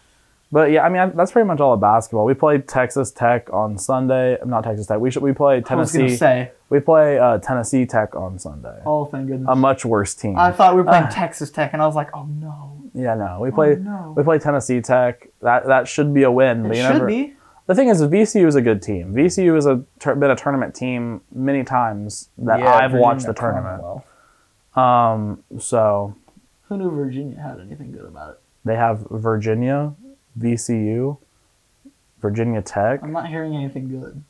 [SPEAKER 2] but yeah, I mean, I, that's pretty much all of basketball. We play Texas Tech on Sunday. Not Texas Tech. We should we play
[SPEAKER 1] I was gonna
[SPEAKER 2] Tennessee.
[SPEAKER 1] say.
[SPEAKER 2] We play uh, Tennessee Tech on Sunday.
[SPEAKER 1] Oh, thank goodness.
[SPEAKER 2] A much worse team.
[SPEAKER 1] I thought we were playing Texas Tech, and I was like, oh no.
[SPEAKER 2] yeah, no. We play
[SPEAKER 1] Oh, no.
[SPEAKER 2] we play Tennessee Tech. That that should be a win.
[SPEAKER 1] It
[SPEAKER 2] but you
[SPEAKER 1] should
[SPEAKER 2] never,
[SPEAKER 1] be.
[SPEAKER 2] The thing is, VCU is a good team. VCU has a tur- been a tournament team many times that I've watched the tournament. Um, so
[SPEAKER 1] Who knew Virginia had anything good about it?
[SPEAKER 2] They have Virginia, VCU, Virginia Tech.
[SPEAKER 1] I'm not hearing anything good.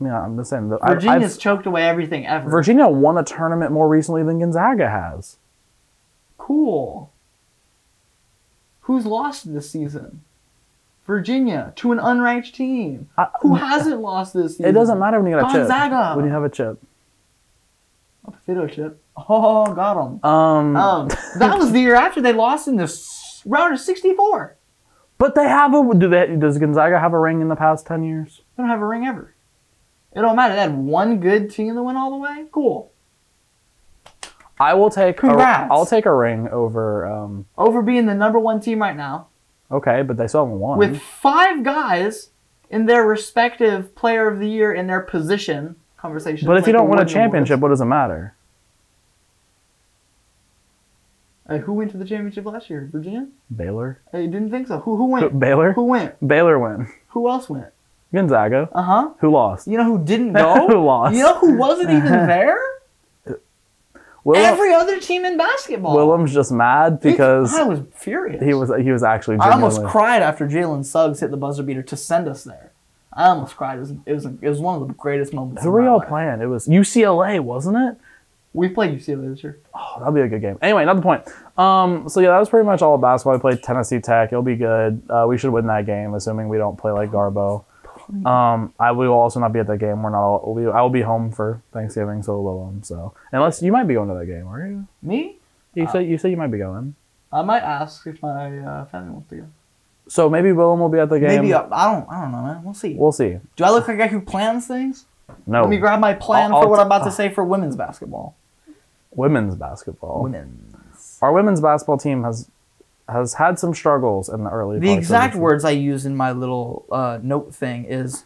[SPEAKER 2] Yeah, I'm just saying. that I- I've-
[SPEAKER 1] Virginia's choked away everything ever.
[SPEAKER 2] Virginia won a tournament more recently than Gonzaga has.
[SPEAKER 1] cool. Who's lost this season? Virginia to an unranked team.
[SPEAKER 2] I-
[SPEAKER 1] Who hasn't lost this season?
[SPEAKER 2] It doesn't matter when you got a
[SPEAKER 1] Gonzaga.
[SPEAKER 2] chip. When you have a chip.
[SPEAKER 1] A potato chip. Oh, got him.
[SPEAKER 2] Um,
[SPEAKER 1] Um, that was the year after they lost in the s- round of 64.
[SPEAKER 2] but they have a. Do they? Does Gonzaga have a ring in the past ten years?
[SPEAKER 1] They don't have a ring ever. It don't matter. They had one good team that went all the way. Cool.
[SPEAKER 2] I will take. A,
[SPEAKER 1] Congrats.
[SPEAKER 2] I'll take a ring over. Um,
[SPEAKER 1] Over being the number one team right now
[SPEAKER 2] okay, but they still haven't won.
[SPEAKER 1] with five guys in their respective player of the year in their position conversation.
[SPEAKER 2] but if you
[SPEAKER 1] like
[SPEAKER 2] don't
[SPEAKER 1] the
[SPEAKER 2] win
[SPEAKER 1] Wooden
[SPEAKER 2] a
[SPEAKER 1] Awards.
[SPEAKER 2] championship, what does it matter?
[SPEAKER 1] Uh, who went to the championship last year? Virginia?
[SPEAKER 2] Baylor.
[SPEAKER 1] I didn't think so. Who who went?
[SPEAKER 2] Baylor.
[SPEAKER 1] Who went?
[SPEAKER 2] Baylor win.
[SPEAKER 1] Who else went?
[SPEAKER 2] Gonzaga.
[SPEAKER 1] Uh huh.
[SPEAKER 2] Who lost?
[SPEAKER 1] You know who didn't
[SPEAKER 2] who
[SPEAKER 1] go?
[SPEAKER 2] lost?
[SPEAKER 1] you know who wasn't even there?
[SPEAKER 2] Willem-
[SPEAKER 1] Every other team in basketball.
[SPEAKER 2] Willem's just mad because
[SPEAKER 1] I was furious.
[SPEAKER 2] he was he was actually.
[SPEAKER 1] I almost
[SPEAKER 2] genuinely-
[SPEAKER 1] cried after Jalen Suggs hit the buzzer beater to send us there. I almost cried. It was it was, it was one of the greatest moments.
[SPEAKER 2] Who
[SPEAKER 1] of
[SPEAKER 2] were
[SPEAKER 1] my
[SPEAKER 2] y'all
[SPEAKER 1] life.
[SPEAKER 2] playing? It was UCLA, wasn't it?
[SPEAKER 1] We played UCLA this year.
[SPEAKER 2] Oh, that'll be a good game. Anyway, another point. Um, so yeah, that was pretty much all of basketball. We played Tennessee Tech. It'll be good. Uh, we should win that game, assuming we don't play like Garbo. Um, I will also not be at that game. We're not. All, we, I will be home for Thanksgiving, so will um. So unless you might be going to that game, are you?
[SPEAKER 1] Me?
[SPEAKER 2] You
[SPEAKER 1] Uh,
[SPEAKER 2] say you say you might be going.
[SPEAKER 1] I might ask if my uh, family wants to go.
[SPEAKER 2] So maybe Willem will be at the game.
[SPEAKER 1] Maybe uh, I don't. I don't know, man. We'll see.
[SPEAKER 2] We'll see.
[SPEAKER 1] Do I look like a guy who plans things?
[SPEAKER 2] No,
[SPEAKER 1] Let me grab my plan
[SPEAKER 2] I'll-
[SPEAKER 1] for what I'm
[SPEAKER 2] I'll-
[SPEAKER 1] about to say for women's basketball.
[SPEAKER 2] women's basketball.
[SPEAKER 1] Women.
[SPEAKER 2] Our women's basketball team has has had some struggles in the early.
[SPEAKER 1] The
[SPEAKER 2] parts of
[SPEAKER 1] exact
[SPEAKER 2] season.
[SPEAKER 1] words I use in my little uh, note thing is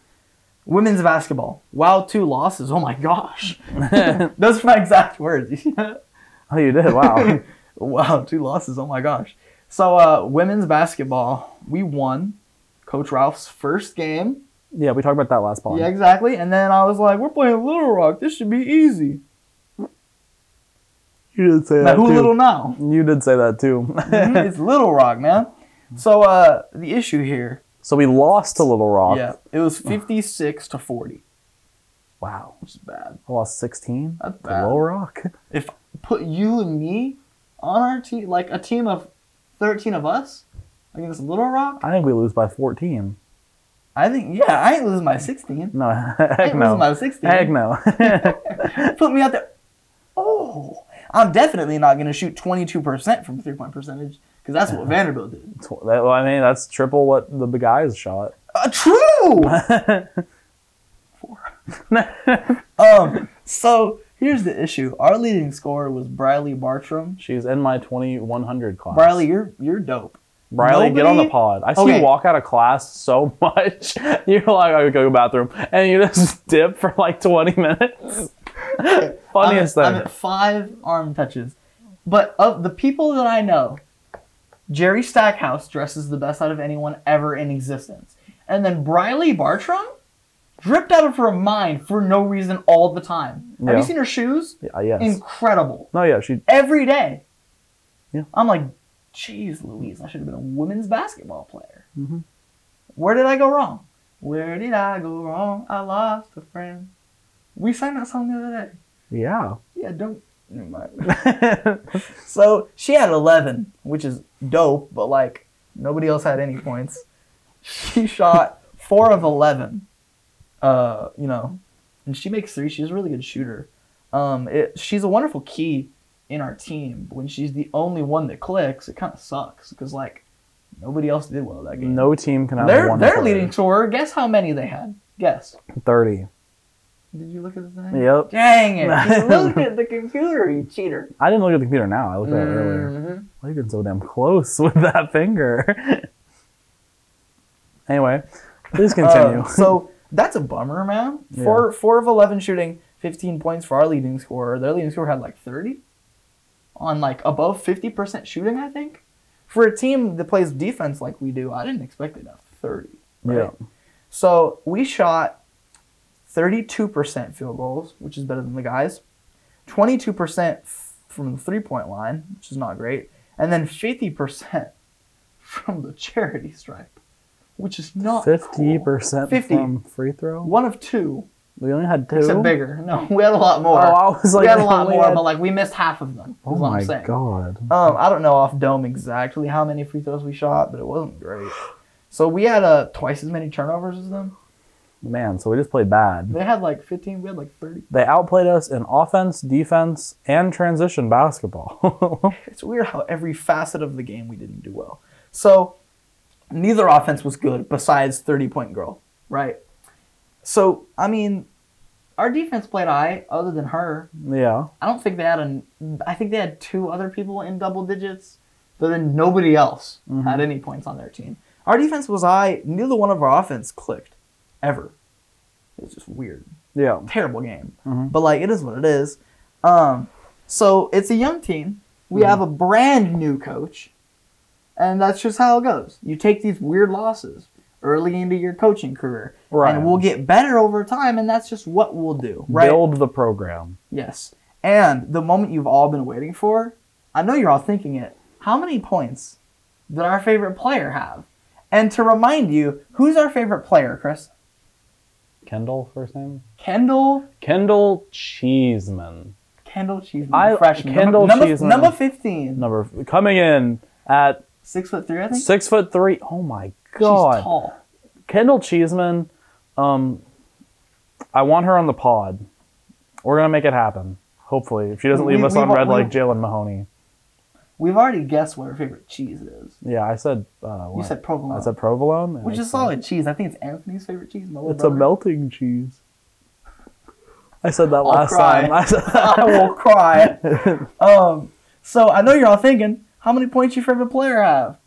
[SPEAKER 1] women's basketball. Wow, two losses. Oh my gosh. Those are my exact words.
[SPEAKER 2] Oh, you did! Wow.
[SPEAKER 1] wow, two losses. Oh my gosh. So, uh, women's basketball, we won Coach Ralph's first game.
[SPEAKER 2] yeah, we talked about that last pod.
[SPEAKER 1] Yeah, exactly. And then I was like, we're playing Little Rock. This should be easy.
[SPEAKER 2] You did say
[SPEAKER 1] Now,
[SPEAKER 2] that.
[SPEAKER 1] who
[SPEAKER 2] too.
[SPEAKER 1] little now?
[SPEAKER 2] You did say that too.
[SPEAKER 1] Mhm, it's Little Rock, man. So, uh, the issue here,
[SPEAKER 2] so we lost to Little Rock.
[SPEAKER 1] yeah, it was 56 to 40,
[SPEAKER 2] Wow.
[SPEAKER 1] which is bad.
[SPEAKER 2] I lost 16
[SPEAKER 1] That's
[SPEAKER 2] to
[SPEAKER 1] bad.
[SPEAKER 2] Little Rock.
[SPEAKER 1] If put you and me on our team, like a team of 13 of us against Little Rock,
[SPEAKER 2] I think we lose by 14.
[SPEAKER 1] I think, yeah, I ain't losing my 16.
[SPEAKER 2] No,
[SPEAKER 1] I
[SPEAKER 2] heck
[SPEAKER 1] ain't losing my
[SPEAKER 2] no.
[SPEAKER 1] 16.
[SPEAKER 2] Heck no.
[SPEAKER 1] Put me out there. Oh, I'm definitely not going to shoot 22% from three point percentage because that's what Vanderbilt did.
[SPEAKER 2] Tw- that- well, I mean, that's triple what the big guys shot.
[SPEAKER 1] Uh, true. Four. um. So here's the issue. Our leading scorer was Briley Bartram.
[SPEAKER 2] She's in my 2100 class.
[SPEAKER 1] Briley, you're you're dope.
[SPEAKER 2] Briley, get on the
[SPEAKER 1] Nobody-
[SPEAKER 2] pod. I see
[SPEAKER 1] Okay.
[SPEAKER 2] you walk out of class so much. You're like, I could go to the bathroom. And you just dip for like 20 minutes. Funniest
[SPEAKER 1] I'm,
[SPEAKER 2] thing.
[SPEAKER 1] I'm at five arm touches, but of the people that I know, Jerry Stackhouse dresses the best out of anyone ever in existence, and then Briley Bartram dripped out of her mind for no reason all the time. Have
[SPEAKER 2] Yeah.
[SPEAKER 1] you seen her shoes?
[SPEAKER 2] Yeah, yes.
[SPEAKER 1] Incredible.
[SPEAKER 2] no, yeah, she
[SPEAKER 1] every day.
[SPEAKER 2] Yeah.
[SPEAKER 1] I'm like, geez, Louise, I should have been a women's basketball player.
[SPEAKER 2] Mm-hmm.
[SPEAKER 1] Where did I go wrong? Where did I go wrong? I lost a friend. We sang that song the other day.
[SPEAKER 2] Yeah.
[SPEAKER 1] Yeah, don't. never mind. so she had 11, which is dope, but like nobody else had any points. She shot four of 11. Uh, you know, and she makes three. She's a really good shooter. Um, it, she's a wonderful key in our team. but When she's the only one that clicks, it kind of sucks because like nobody else did well that game.
[SPEAKER 2] No team can have
[SPEAKER 1] Their,
[SPEAKER 2] one.
[SPEAKER 1] their
[SPEAKER 2] player.
[SPEAKER 1] leading scorer, guess how many they had? Guess.
[SPEAKER 2] 30.
[SPEAKER 1] Did you look at the thing?
[SPEAKER 2] Yep.
[SPEAKER 1] Dang it. You looked at the computer, you cheater.
[SPEAKER 2] I didn't look at the computer now. I looked at it earlier.
[SPEAKER 1] Mhm.
[SPEAKER 2] Why are you getting so damn close with that finger? anyway, please continue.
[SPEAKER 1] Uh, so that's a bummer, man. Four four of eleven shooting, fifteen points for our leading scorer. Their leading scorer had like thirty, on like above fifty percent shooting. I think for a team that plays defense like we do, I didn't expect it to have thirty. Right?
[SPEAKER 2] Yeah.
[SPEAKER 1] So we shot thirty-two percent field goals, which is better than the guys. Twenty-two percent from the three-point line, which is not great, and then fifty percent from the charity stripe, which is not
[SPEAKER 2] Fifty
[SPEAKER 1] cool.
[SPEAKER 2] percent
[SPEAKER 1] 50.
[SPEAKER 2] from free throw.
[SPEAKER 1] One of two,
[SPEAKER 2] We only had two.
[SPEAKER 1] except bigger. No, we had a lot more.
[SPEAKER 2] Oh, I was
[SPEAKER 1] we
[SPEAKER 2] like,
[SPEAKER 1] had a
[SPEAKER 2] we
[SPEAKER 1] lot
[SPEAKER 2] only
[SPEAKER 1] more,
[SPEAKER 2] had-
[SPEAKER 1] but like we missed half of them.
[SPEAKER 2] Oh
[SPEAKER 1] is what I'm
[SPEAKER 2] my
[SPEAKER 1] saying.
[SPEAKER 2] god.
[SPEAKER 1] Um, I don't know off dome exactly how many free throws we shot, but it wasn't great. So we had uh, twice as many turnovers as them.
[SPEAKER 2] Man, so we just played bad.
[SPEAKER 1] They had like 15, we had like 30.
[SPEAKER 2] They outplayed us in offense, defense, and transition basketball.
[SPEAKER 1] It's weird how every facet of the game we didn't do well. So neither offense was good besides 30 point girl, right? So, I mean, our defense played I, other than her.
[SPEAKER 2] yeah.
[SPEAKER 1] I don't think they had an. I think they had two other people in double digits, but then nobody else
[SPEAKER 2] Mm-hmm.
[SPEAKER 1] had any points on their team. Our defense was high. Neither one of our offense clicked, ever. It was just weird,
[SPEAKER 2] Yeah.
[SPEAKER 1] terrible game.
[SPEAKER 2] Mm-hmm.
[SPEAKER 1] But like, it is what it is. Um, so it's a young team. We
[SPEAKER 2] Mm-hmm.
[SPEAKER 1] have a brand new coach, and that's just how it goes. You take these weird losses early into your coaching career,
[SPEAKER 2] Right.
[SPEAKER 1] and we'll get better over time. And that's just what we'll do, right?
[SPEAKER 2] Build the program.
[SPEAKER 1] Yes. And the moment you've all been waiting for, I know you're all thinking it. How many points did our favorite player have? And to remind you, who's our favorite player, Chris?
[SPEAKER 2] Kendall, first name?
[SPEAKER 1] Kendall
[SPEAKER 2] Kendall Cheeseman.
[SPEAKER 1] Kendall Cheeseman,
[SPEAKER 2] I-
[SPEAKER 1] freshman.
[SPEAKER 2] Kendall
[SPEAKER 1] number,
[SPEAKER 2] Cheeseman.
[SPEAKER 1] number, number 15.
[SPEAKER 2] Number coming in at
[SPEAKER 1] Six foot three, I think.
[SPEAKER 2] six foot three. Oh my
[SPEAKER 1] She's
[SPEAKER 2] god.
[SPEAKER 1] tall.
[SPEAKER 2] Kendall Cheeseman, um I want her on the pod. We're gonna make it happen. Hopefully. If she doesn't
[SPEAKER 1] We-
[SPEAKER 2] leave us
[SPEAKER 1] we
[SPEAKER 2] on
[SPEAKER 1] wa-
[SPEAKER 2] red
[SPEAKER 1] we-
[SPEAKER 2] like Jalen Mahoney.
[SPEAKER 1] We've already guessed what her favorite cheese is.
[SPEAKER 2] Yeah, I said uh what?
[SPEAKER 1] You said provolone,
[SPEAKER 2] I said provolone. and
[SPEAKER 1] which
[SPEAKER 2] I
[SPEAKER 1] is
[SPEAKER 2] said-
[SPEAKER 1] solid cheese. I think it's Anthony's favorite cheese. my little
[SPEAKER 2] It's a
[SPEAKER 1] brother.
[SPEAKER 2] melting cheese. I said that last
[SPEAKER 1] cry.
[SPEAKER 2] time. I said,
[SPEAKER 1] I will cry. um, so I know you're all thinking, how many points your favorite player have?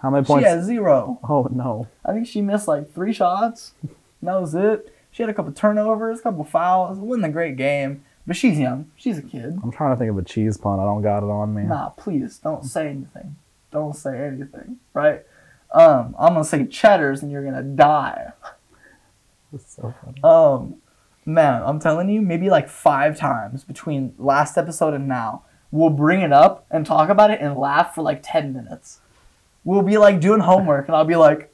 [SPEAKER 2] How many points?
[SPEAKER 1] She has zero.
[SPEAKER 2] Oh no.
[SPEAKER 1] I think she missed like three shots. And that was it. She had a couple turnovers, a couple fouls. It wasn't a great game, but she's young. She's a kid.
[SPEAKER 2] I'm trying to think of a cheese pun. I don't got it on me.
[SPEAKER 1] Nah, please don't say anything. Don't say anything, right? Um, I'm gonna say cheddars and you're gonna die.
[SPEAKER 2] It's so funny.
[SPEAKER 1] Um, man, I'm telling you, maybe like five times between last episode and now, we'll bring it up and talk about it and laugh for like ten minutes. We'll be like doing homework, and I'll be like,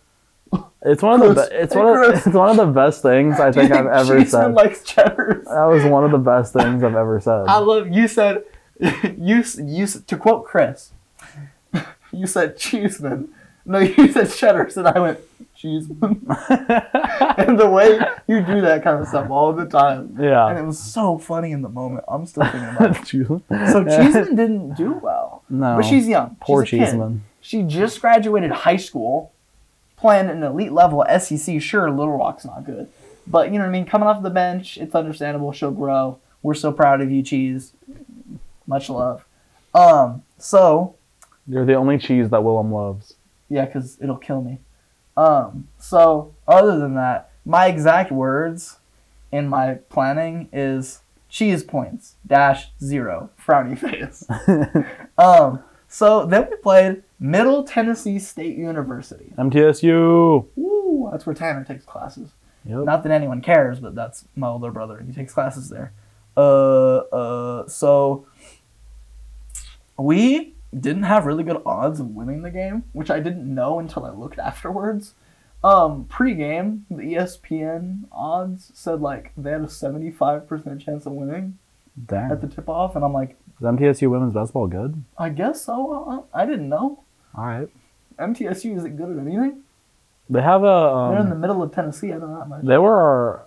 [SPEAKER 2] It's one of the
[SPEAKER 1] Chris.
[SPEAKER 2] be- it's
[SPEAKER 1] Hey,
[SPEAKER 2] one of,
[SPEAKER 1] Chris.
[SPEAKER 2] it's one of the best things I
[SPEAKER 1] "Do you
[SPEAKER 2] think I've ever
[SPEAKER 1] Cheeseman
[SPEAKER 2] said.
[SPEAKER 1] likes cheddars?"
[SPEAKER 2] that was one of the best things I've ever said.
[SPEAKER 1] I love you said you s- you s- to quote Chris. You said Cheeseman. No, you said Cheddars, and I went Cheeseman. and the way you do that kind of stuff all the time, and it
[SPEAKER 2] yeah.
[SPEAKER 1] was so funny in the moment. I'm still thinking about it.
[SPEAKER 2] Cheeseman.
[SPEAKER 1] So Cheeseman didn't do well,
[SPEAKER 2] No.
[SPEAKER 1] but she's young.
[SPEAKER 2] Poor
[SPEAKER 1] She's a kid.
[SPEAKER 2] Cheeseman.
[SPEAKER 1] She just graduated high school, playing an elite level SEC. Sure, Little Rock's not good, but you know what I mean. Coming off the bench, it's understandable. She'll grow. We're so proud of you, Cheese. Much love. Um. So
[SPEAKER 2] You're the only cheese that Willem loves.
[SPEAKER 1] yeah, because it'll kill me. Um. So other than that, my exact words in my planning is cheese points dash zero frowny face. um. So then we played Middle Tennessee State University.
[SPEAKER 2] MTSU.
[SPEAKER 1] Woo, that's where Tanner takes classes.
[SPEAKER 2] Yep.
[SPEAKER 1] Not that anyone cares, but that's my older brother. He takes classes there. Uh, uh, so we didn't have really good odds of winning the game, which I didn't know until I looked afterwards. Um, pre-game, the E ESPN odds said like they had a seventy-five percent chance of winning
[SPEAKER 2] Dang.
[SPEAKER 1] at the tip-off, and I'm like,
[SPEAKER 2] Is MTSU women's basketball good?
[SPEAKER 1] I guess so. uh, I, I didn't know.
[SPEAKER 2] All right.
[SPEAKER 1] MTSU isn't good at anything.
[SPEAKER 2] They have a. Um,
[SPEAKER 1] They're in the middle of Tennessee. I don't know that much.
[SPEAKER 2] They were our,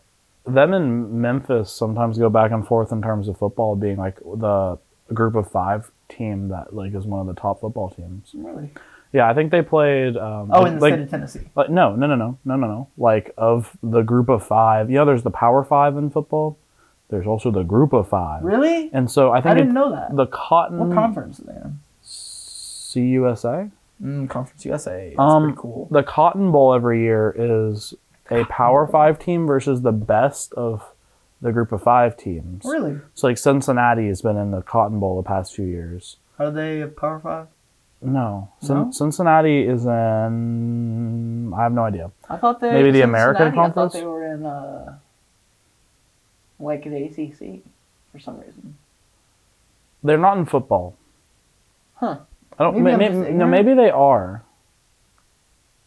[SPEAKER 2] them and Memphis sometimes go back and forth in terms of football being like the group of five team that like is one of the top football teams.
[SPEAKER 1] Really?
[SPEAKER 2] Yeah, I think they played. Um,
[SPEAKER 1] Oh,
[SPEAKER 2] like,
[SPEAKER 1] in the
[SPEAKER 2] like,
[SPEAKER 1] state of Tennessee.
[SPEAKER 2] like- no, no, no, no, no, no, no. Like of the group of five, you know, there's the power five in football. There's also the group of five,
[SPEAKER 1] Really?
[SPEAKER 2] and so I
[SPEAKER 1] I,
[SPEAKER 2] think it-
[SPEAKER 1] didn't know that.
[SPEAKER 2] the Cotton
[SPEAKER 1] what conference are they in?
[SPEAKER 2] CUSA.
[SPEAKER 1] Mm, conference USA. It's
[SPEAKER 2] Um,
[SPEAKER 1] pretty cool.
[SPEAKER 2] The Cotton Bowl every year is a Power Five team versus the best of the Group of Five teams.
[SPEAKER 1] Really?
[SPEAKER 2] So like Cincinnati has been in the Cotton Bowl the past few years.
[SPEAKER 1] Are they a Power Five?
[SPEAKER 2] No, Cin-
[SPEAKER 1] No?
[SPEAKER 2] Cincinnati is in. I have no idea.
[SPEAKER 1] I thought they
[SPEAKER 2] Maybe
[SPEAKER 1] Cincinnati,
[SPEAKER 2] the American
[SPEAKER 1] I thought
[SPEAKER 2] Conference?
[SPEAKER 1] they were in uh, like the ACC for some reason.
[SPEAKER 2] They're not in football.
[SPEAKER 1] Huh.
[SPEAKER 2] I don't.
[SPEAKER 1] Maybe
[SPEAKER 2] Maybe
[SPEAKER 1] I'm just
[SPEAKER 2] no,
[SPEAKER 1] ignorant.
[SPEAKER 2] maybe they are.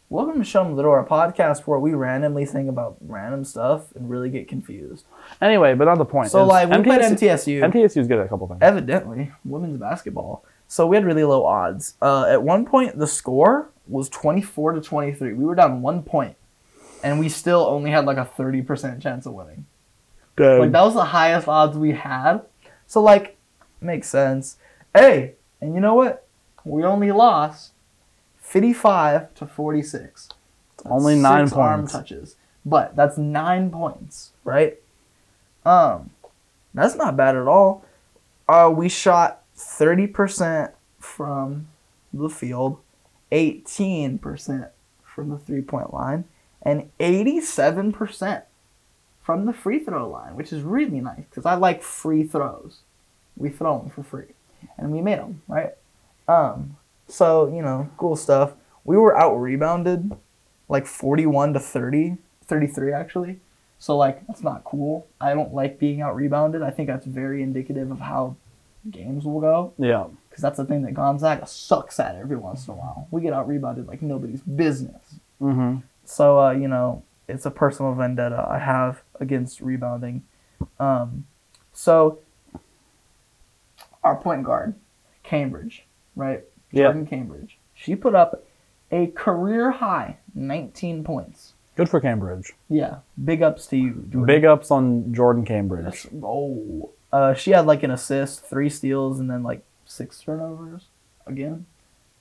[SPEAKER 1] Welcome to Show 'em the Door, a podcast where we randomly think about random stuff and really get confused.
[SPEAKER 2] Anyway, but not the point.
[SPEAKER 1] So
[SPEAKER 2] It's
[SPEAKER 1] like we played
[SPEAKER 2] MTSU
[SPEAKER 1] MTSU.
[SPEAKER 2] MTSU's good at a couple things.
[SPEAKER 1] evidently women's basketball. So we had really low odds. Uh, at one point, the score was 24 to 23. We were down one point, and we still only had like a 30% chance of winning.
[SPEAKER 2] Um,
[SPEAKER 1] Like that was the highest odds we had. So like, makes sense. Hey, and you know what? We only lost 55 to 46. That's
[SPEAKER 2] Only nine
[SPEAKER 1] six arm
[SPEAKER 2] points.
[SPEAKER 1] touches, but that's nine points, right? Um, that's not bad at all. Uh, we shot 30% from the field, 18% from the three point line, and 87% from the free throw line, which is really nice because I like free throws. We throw them for free, and we made them, right? Um, so, you know, cool stuff. We were out rebounded like 41 to 30, 33 actually. So like that's not cool. I don't like being out rebounded. I think that's very indicative of how games will go
[SPEAKER 2] yeah.
[SPEAKER 1] because that's the thing that Gonzaga sucks at every once in a while. We get out rebounded like nobody's business.
[SPEAKER 2] Mm-hmm.
[SPEAKER 1] So uh, you know, it's a personal vendetta I have against rebounding. Um, so our point guard, Cambridge, right?
[SPEAKER 2] Yeah.
[SPEAKER 1] Jordan Cambridge. She put up a career high 19 points.
[SPEAKER 2] Good for Cambridge.
[SPEAKER 1] Yeah, big ups to you. Jordan.
[SPEAKER 2] Big ups on Jordan Cambridge.
[SPEAKER 1] That's- oh, uh, she had like an assist, three steals, and then like six turnovers again.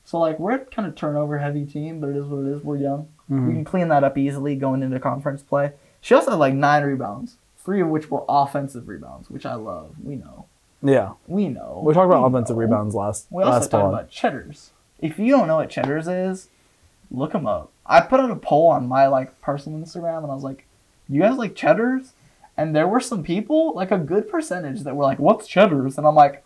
[SPEAKER 1] So like we're a kind of turnover heavy team, but it is what it is. We're young. We
[SPEAKER 2] Mm-hmm.
[SPEAKER 1] can clean that up easily going into conference play. She also had like nine rebounds, three of which were offensive rebounds, which I love. We know,
[SPEAKER 2] Yeah.
[SPEAKER 1] we know.
[SPEAKER 2] We talked about offensive
[SPEAKER 1] know.
[SPEAKER 2] rebounds last
[SPEAKER 1] We also
[SPEAKER 2] last
[SPEAKER 1] talked
[SPEAKER 2] pod.
[SPEAKER 1] about cheddars. If you don't know what cheddars is, look them up. I put out a poll on my like personal Instagram, and I was like, "You guys like cheddars?" And there were some people, like a good percentage, that were like, "What's cheddars?" And I'm like,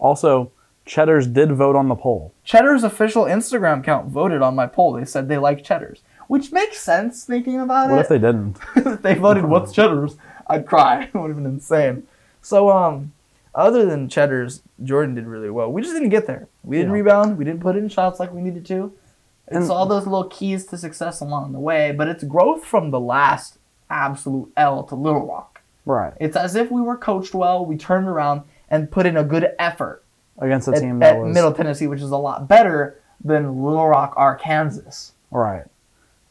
[SPEAKER 2] Also, Cheddars did vote on the poll.
[SPEAKER 1] "Cheddar's official Instagram account voted on my poll. They said they like cheddars." Which makes sense thinking about
[SPEAKER 2] What
[SPEAKER 1] it.
[SPEAKER 2] if they didn't?
[SPEAKER 1] if they voted what's cheddars, I'd cry. It would have been insane. So um other than cheddars, Jordan did really well. We just didn't get there. We didn't
[SPEAKER 2] Yeah.
[SPEAKER 1] rebound, we didn't put in shots like we needed to. It's
[SPEAKER 2] And-
[SPEAKER 1] all those little keys to success along the way, but it's growth from the last absolute L to Little Rock.
[SPEAKER 2] Right.
[SPEAKER 1] It's as if we were coached well, we turned around and put in a good effort
[SPEAKER 2] Against a
[SPEAKER 1] at,
[SPEAKER 2] team that
[SPEAKER 1] at
[SPEAKER 2] was
[SPEAKER 1] Middle Tennessee, which is a lot better than Little Rock, Arkansas.
[SPEAKER 2] Right.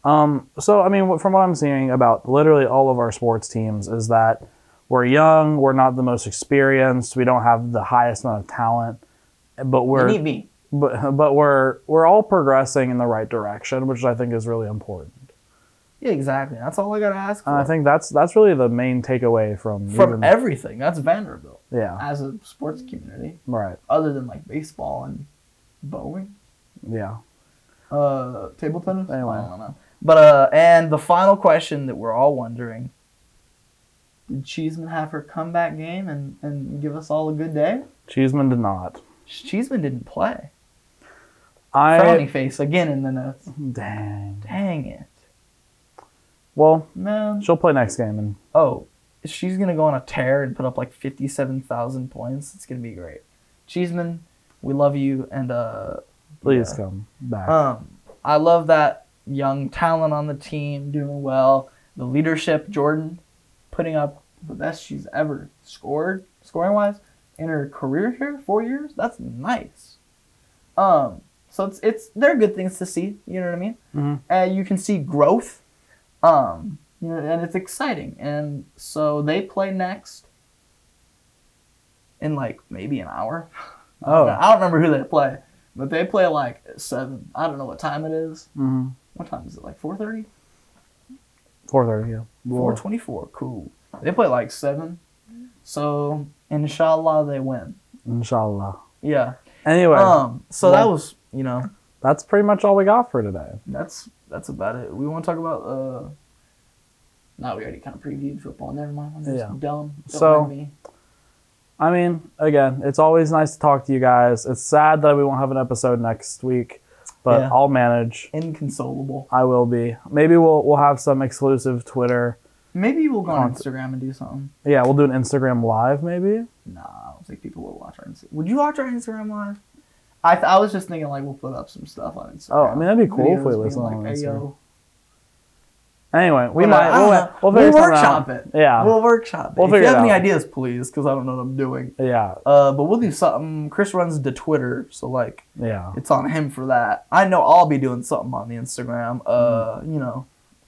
[SPEAKER 2] Um, so I mean, wh- from what I'm seeing about literally all of our sports teams is that we're young, we're not the most experienced, we don't have the highest amount of talent, but
[SPEAKER 1] You
[SPEAKER 2] we're
[SPEAKER 1] need me.
[SPEAKER 2] but, but we're we're all progressing in the right direction, which I think is really important.
[SPEAKER 1] Yeah, exactly. That's all I gotta ask for.
[SPEAKER 2] And I think that's that's really the main takeaway from
[SPEAKER 1] From
[SPEAKER 2] even-
[SPEAKER 1] everything. That's Vanderbilt.
[SPEAKER 2] yeah
[SPEAKER 1] as a sports community,
[SPEAKER 2] right
[SPEAKER 1] other than like baseball and bowling,
[SPEAKER 2] yeah
[SPEAKER 1] uh, table tennis.
[SPEAKER 2] Anyway.
[SPEAKER 1] I don't know. But uh, and the final question that we're all wondering: Did Cheeseman have her comeback game and and give us all a good day?
[SPEAKER 2] Cheeseman did not.
[SPEAKER 1] Cheeseman didn't play.
[SPEAKER 2] I
[SPEAKER 1] Frowny face again in the notes.
[SPEAKER 2] dang
[SPEAKER 1] Dang it,
[SPEAKER 2] well
[SPEAKER 1] man.
[SPEAKER 2] she'll play next game and
[SPEAKER 1] Oh, she's gonna go on a tear and put up like fifty-seven thousand points. It's gonna be great. Cheeseman, we love you and uh.
[SPEAKER 2] please
[SPEAKER 1] Yeah.
[SPEAKER 2] come back.
[SPEAKER 1] Um, I love that young talent on the team doing well. The leadership, Jordan, putting up the best she's ever scored, scoring wise, in her career here, four years. That's nice. Um, so it's it's they're good things to see. You know what I mean?
[SPEAKER 2] Mhm.
[SPEAKER 1] And you can see growth. Um, you know, and it's exciting. And so they play next in like maybe an hour.
[SPEAKER 2] oh
[SPEAKER 1] I don't remember who they play, but they play like at seven. I don't know what time it is.
[SPEAKER 2] mm-hmm.
[SPEAKER 1] What time is it? Like four thirty?
[SPEAKER 2] four thirty yeah
[SPEAKER 1] Four twenty-four. Cool. They play like seven. So inshallah they win.
[SPEAKER 2] inshallah.
[SPEAKER 1] Yeah.
[SPEAKER 2] Anyway,
[SPEAKER 1] Um. So that
[SPEAKER 2] Well-
[SPEAKER 1] was you know
[SPEAKER 2] that's pretty much all we got for today.
[SPEAKER 1] that's that's about it. We want to talk about uh. No, we already kind of previewed football. Never mind. I'm just
[SPEAKER 2] Yeah.
[SPEAKER 1] dumb. Don't
[SPEAKER 2] So-
[SPEAKER 1] mind me.
[SPEAKER 2] I mean, again, it's always nice to talk to you guys. It's sad that we won't have an episode next week, but
[SPEAKER 1] Yeah.
[SPEAKER 2] I'll manage.
[SPEAKER 1] inconsolable.
[SPEAKER 2] I will be. Maybe we'll we'll have some exclusive Twitter.
[SPEAKER 1] Maybe we'll go on
[SPEAKER 2] Content.
[SPEAKER 1] Instagram and do something.
[SPEAKER 2] Yeah, we'll do an Instagram live maybe.
[SPEAKER 1] Nah, I don't think people will watch our Instagram. Would you watch our Instagram live? I, th- I was just thinking like we'll put up some stuff on Instagram.
[SPEAKER 2] Oh, I mean, that'd be cool if
[SPEAKER 1] Videos
[SPEAKER 2] we
[SPEAKER 1] being
[SPEAKER 2] listen on
[SPEAKER 1] like, hey,
[SPEAKER 2] Instagram.
[SPEAKER 1] yo,
[SPEAKER 2] Anyway, we
[SPEAKER 1] Well,
[SPEAKER 2] might.
[SPEAKER 1] I don't know.
[SPEAKER 2] We'll,
[SPEAKER 1] We'll
[SPEAKER 2] figure something
[SPEAKER 1] workshop
[SPEAKER 2] out.
[SPEAKER 1] it.
[SPEAKER 2] Yeah.
[SPEAKER 1] we'll workshop it.
[SPEAKER 2] We'll
[SPEAKER 1] if
[SPEAKER 2] figure
[SPEAKER 1] you
[SPEAKER 2] it
[SPEAKER 1] have any
[SPEAKER 2] out.
[SPEAKER 1] ideas, please, because I don't know what I'm doing.
[SPEAKER 2] yeah.
[SPEAKER 1] Uh, but we'll do something. Chris runs the Twitter, so like
[SPEAKER 2] Yeah.
[SPEAKER 1] it's on him for that. I know I'll be doing something on the Instagram. Uh, you know,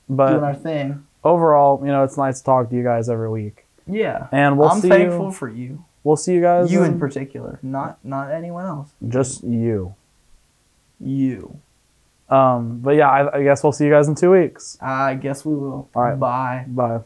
[SPEAKER 1] doing
[SPEAKER 2] Mm. But
[SPEAKER 1] our thing.
[SPEAKER 2] overall, you know, it's nice to talk to you guys every week.
[SPEAKER 1] Yeah,
[SPEAKER 2] And we'll
[SPEAKER 1] I'm
[SPEAKER 2] see
[SPEAKER 1] thankful
[SPEAKER 2] you.
[SPEAKER 1] for you,
[SPEAKER 2] We'll see you guys.
[SPEAKER 1] you in
[SPEAKER 2] in-
[SPEAKER 1] particular, not not anyone else.
[SPEAKER 2] just you.
[SPEAKER 1] You.
[SPEAKER 2] Um, but yeah, I, I guess we'll see you guys in two weeks.
[SPEAKER 1] I guess we will.
[SPEAKER 2] All right.
[SPEAKER 1] Bye.
[SPEAKER 2] Bye.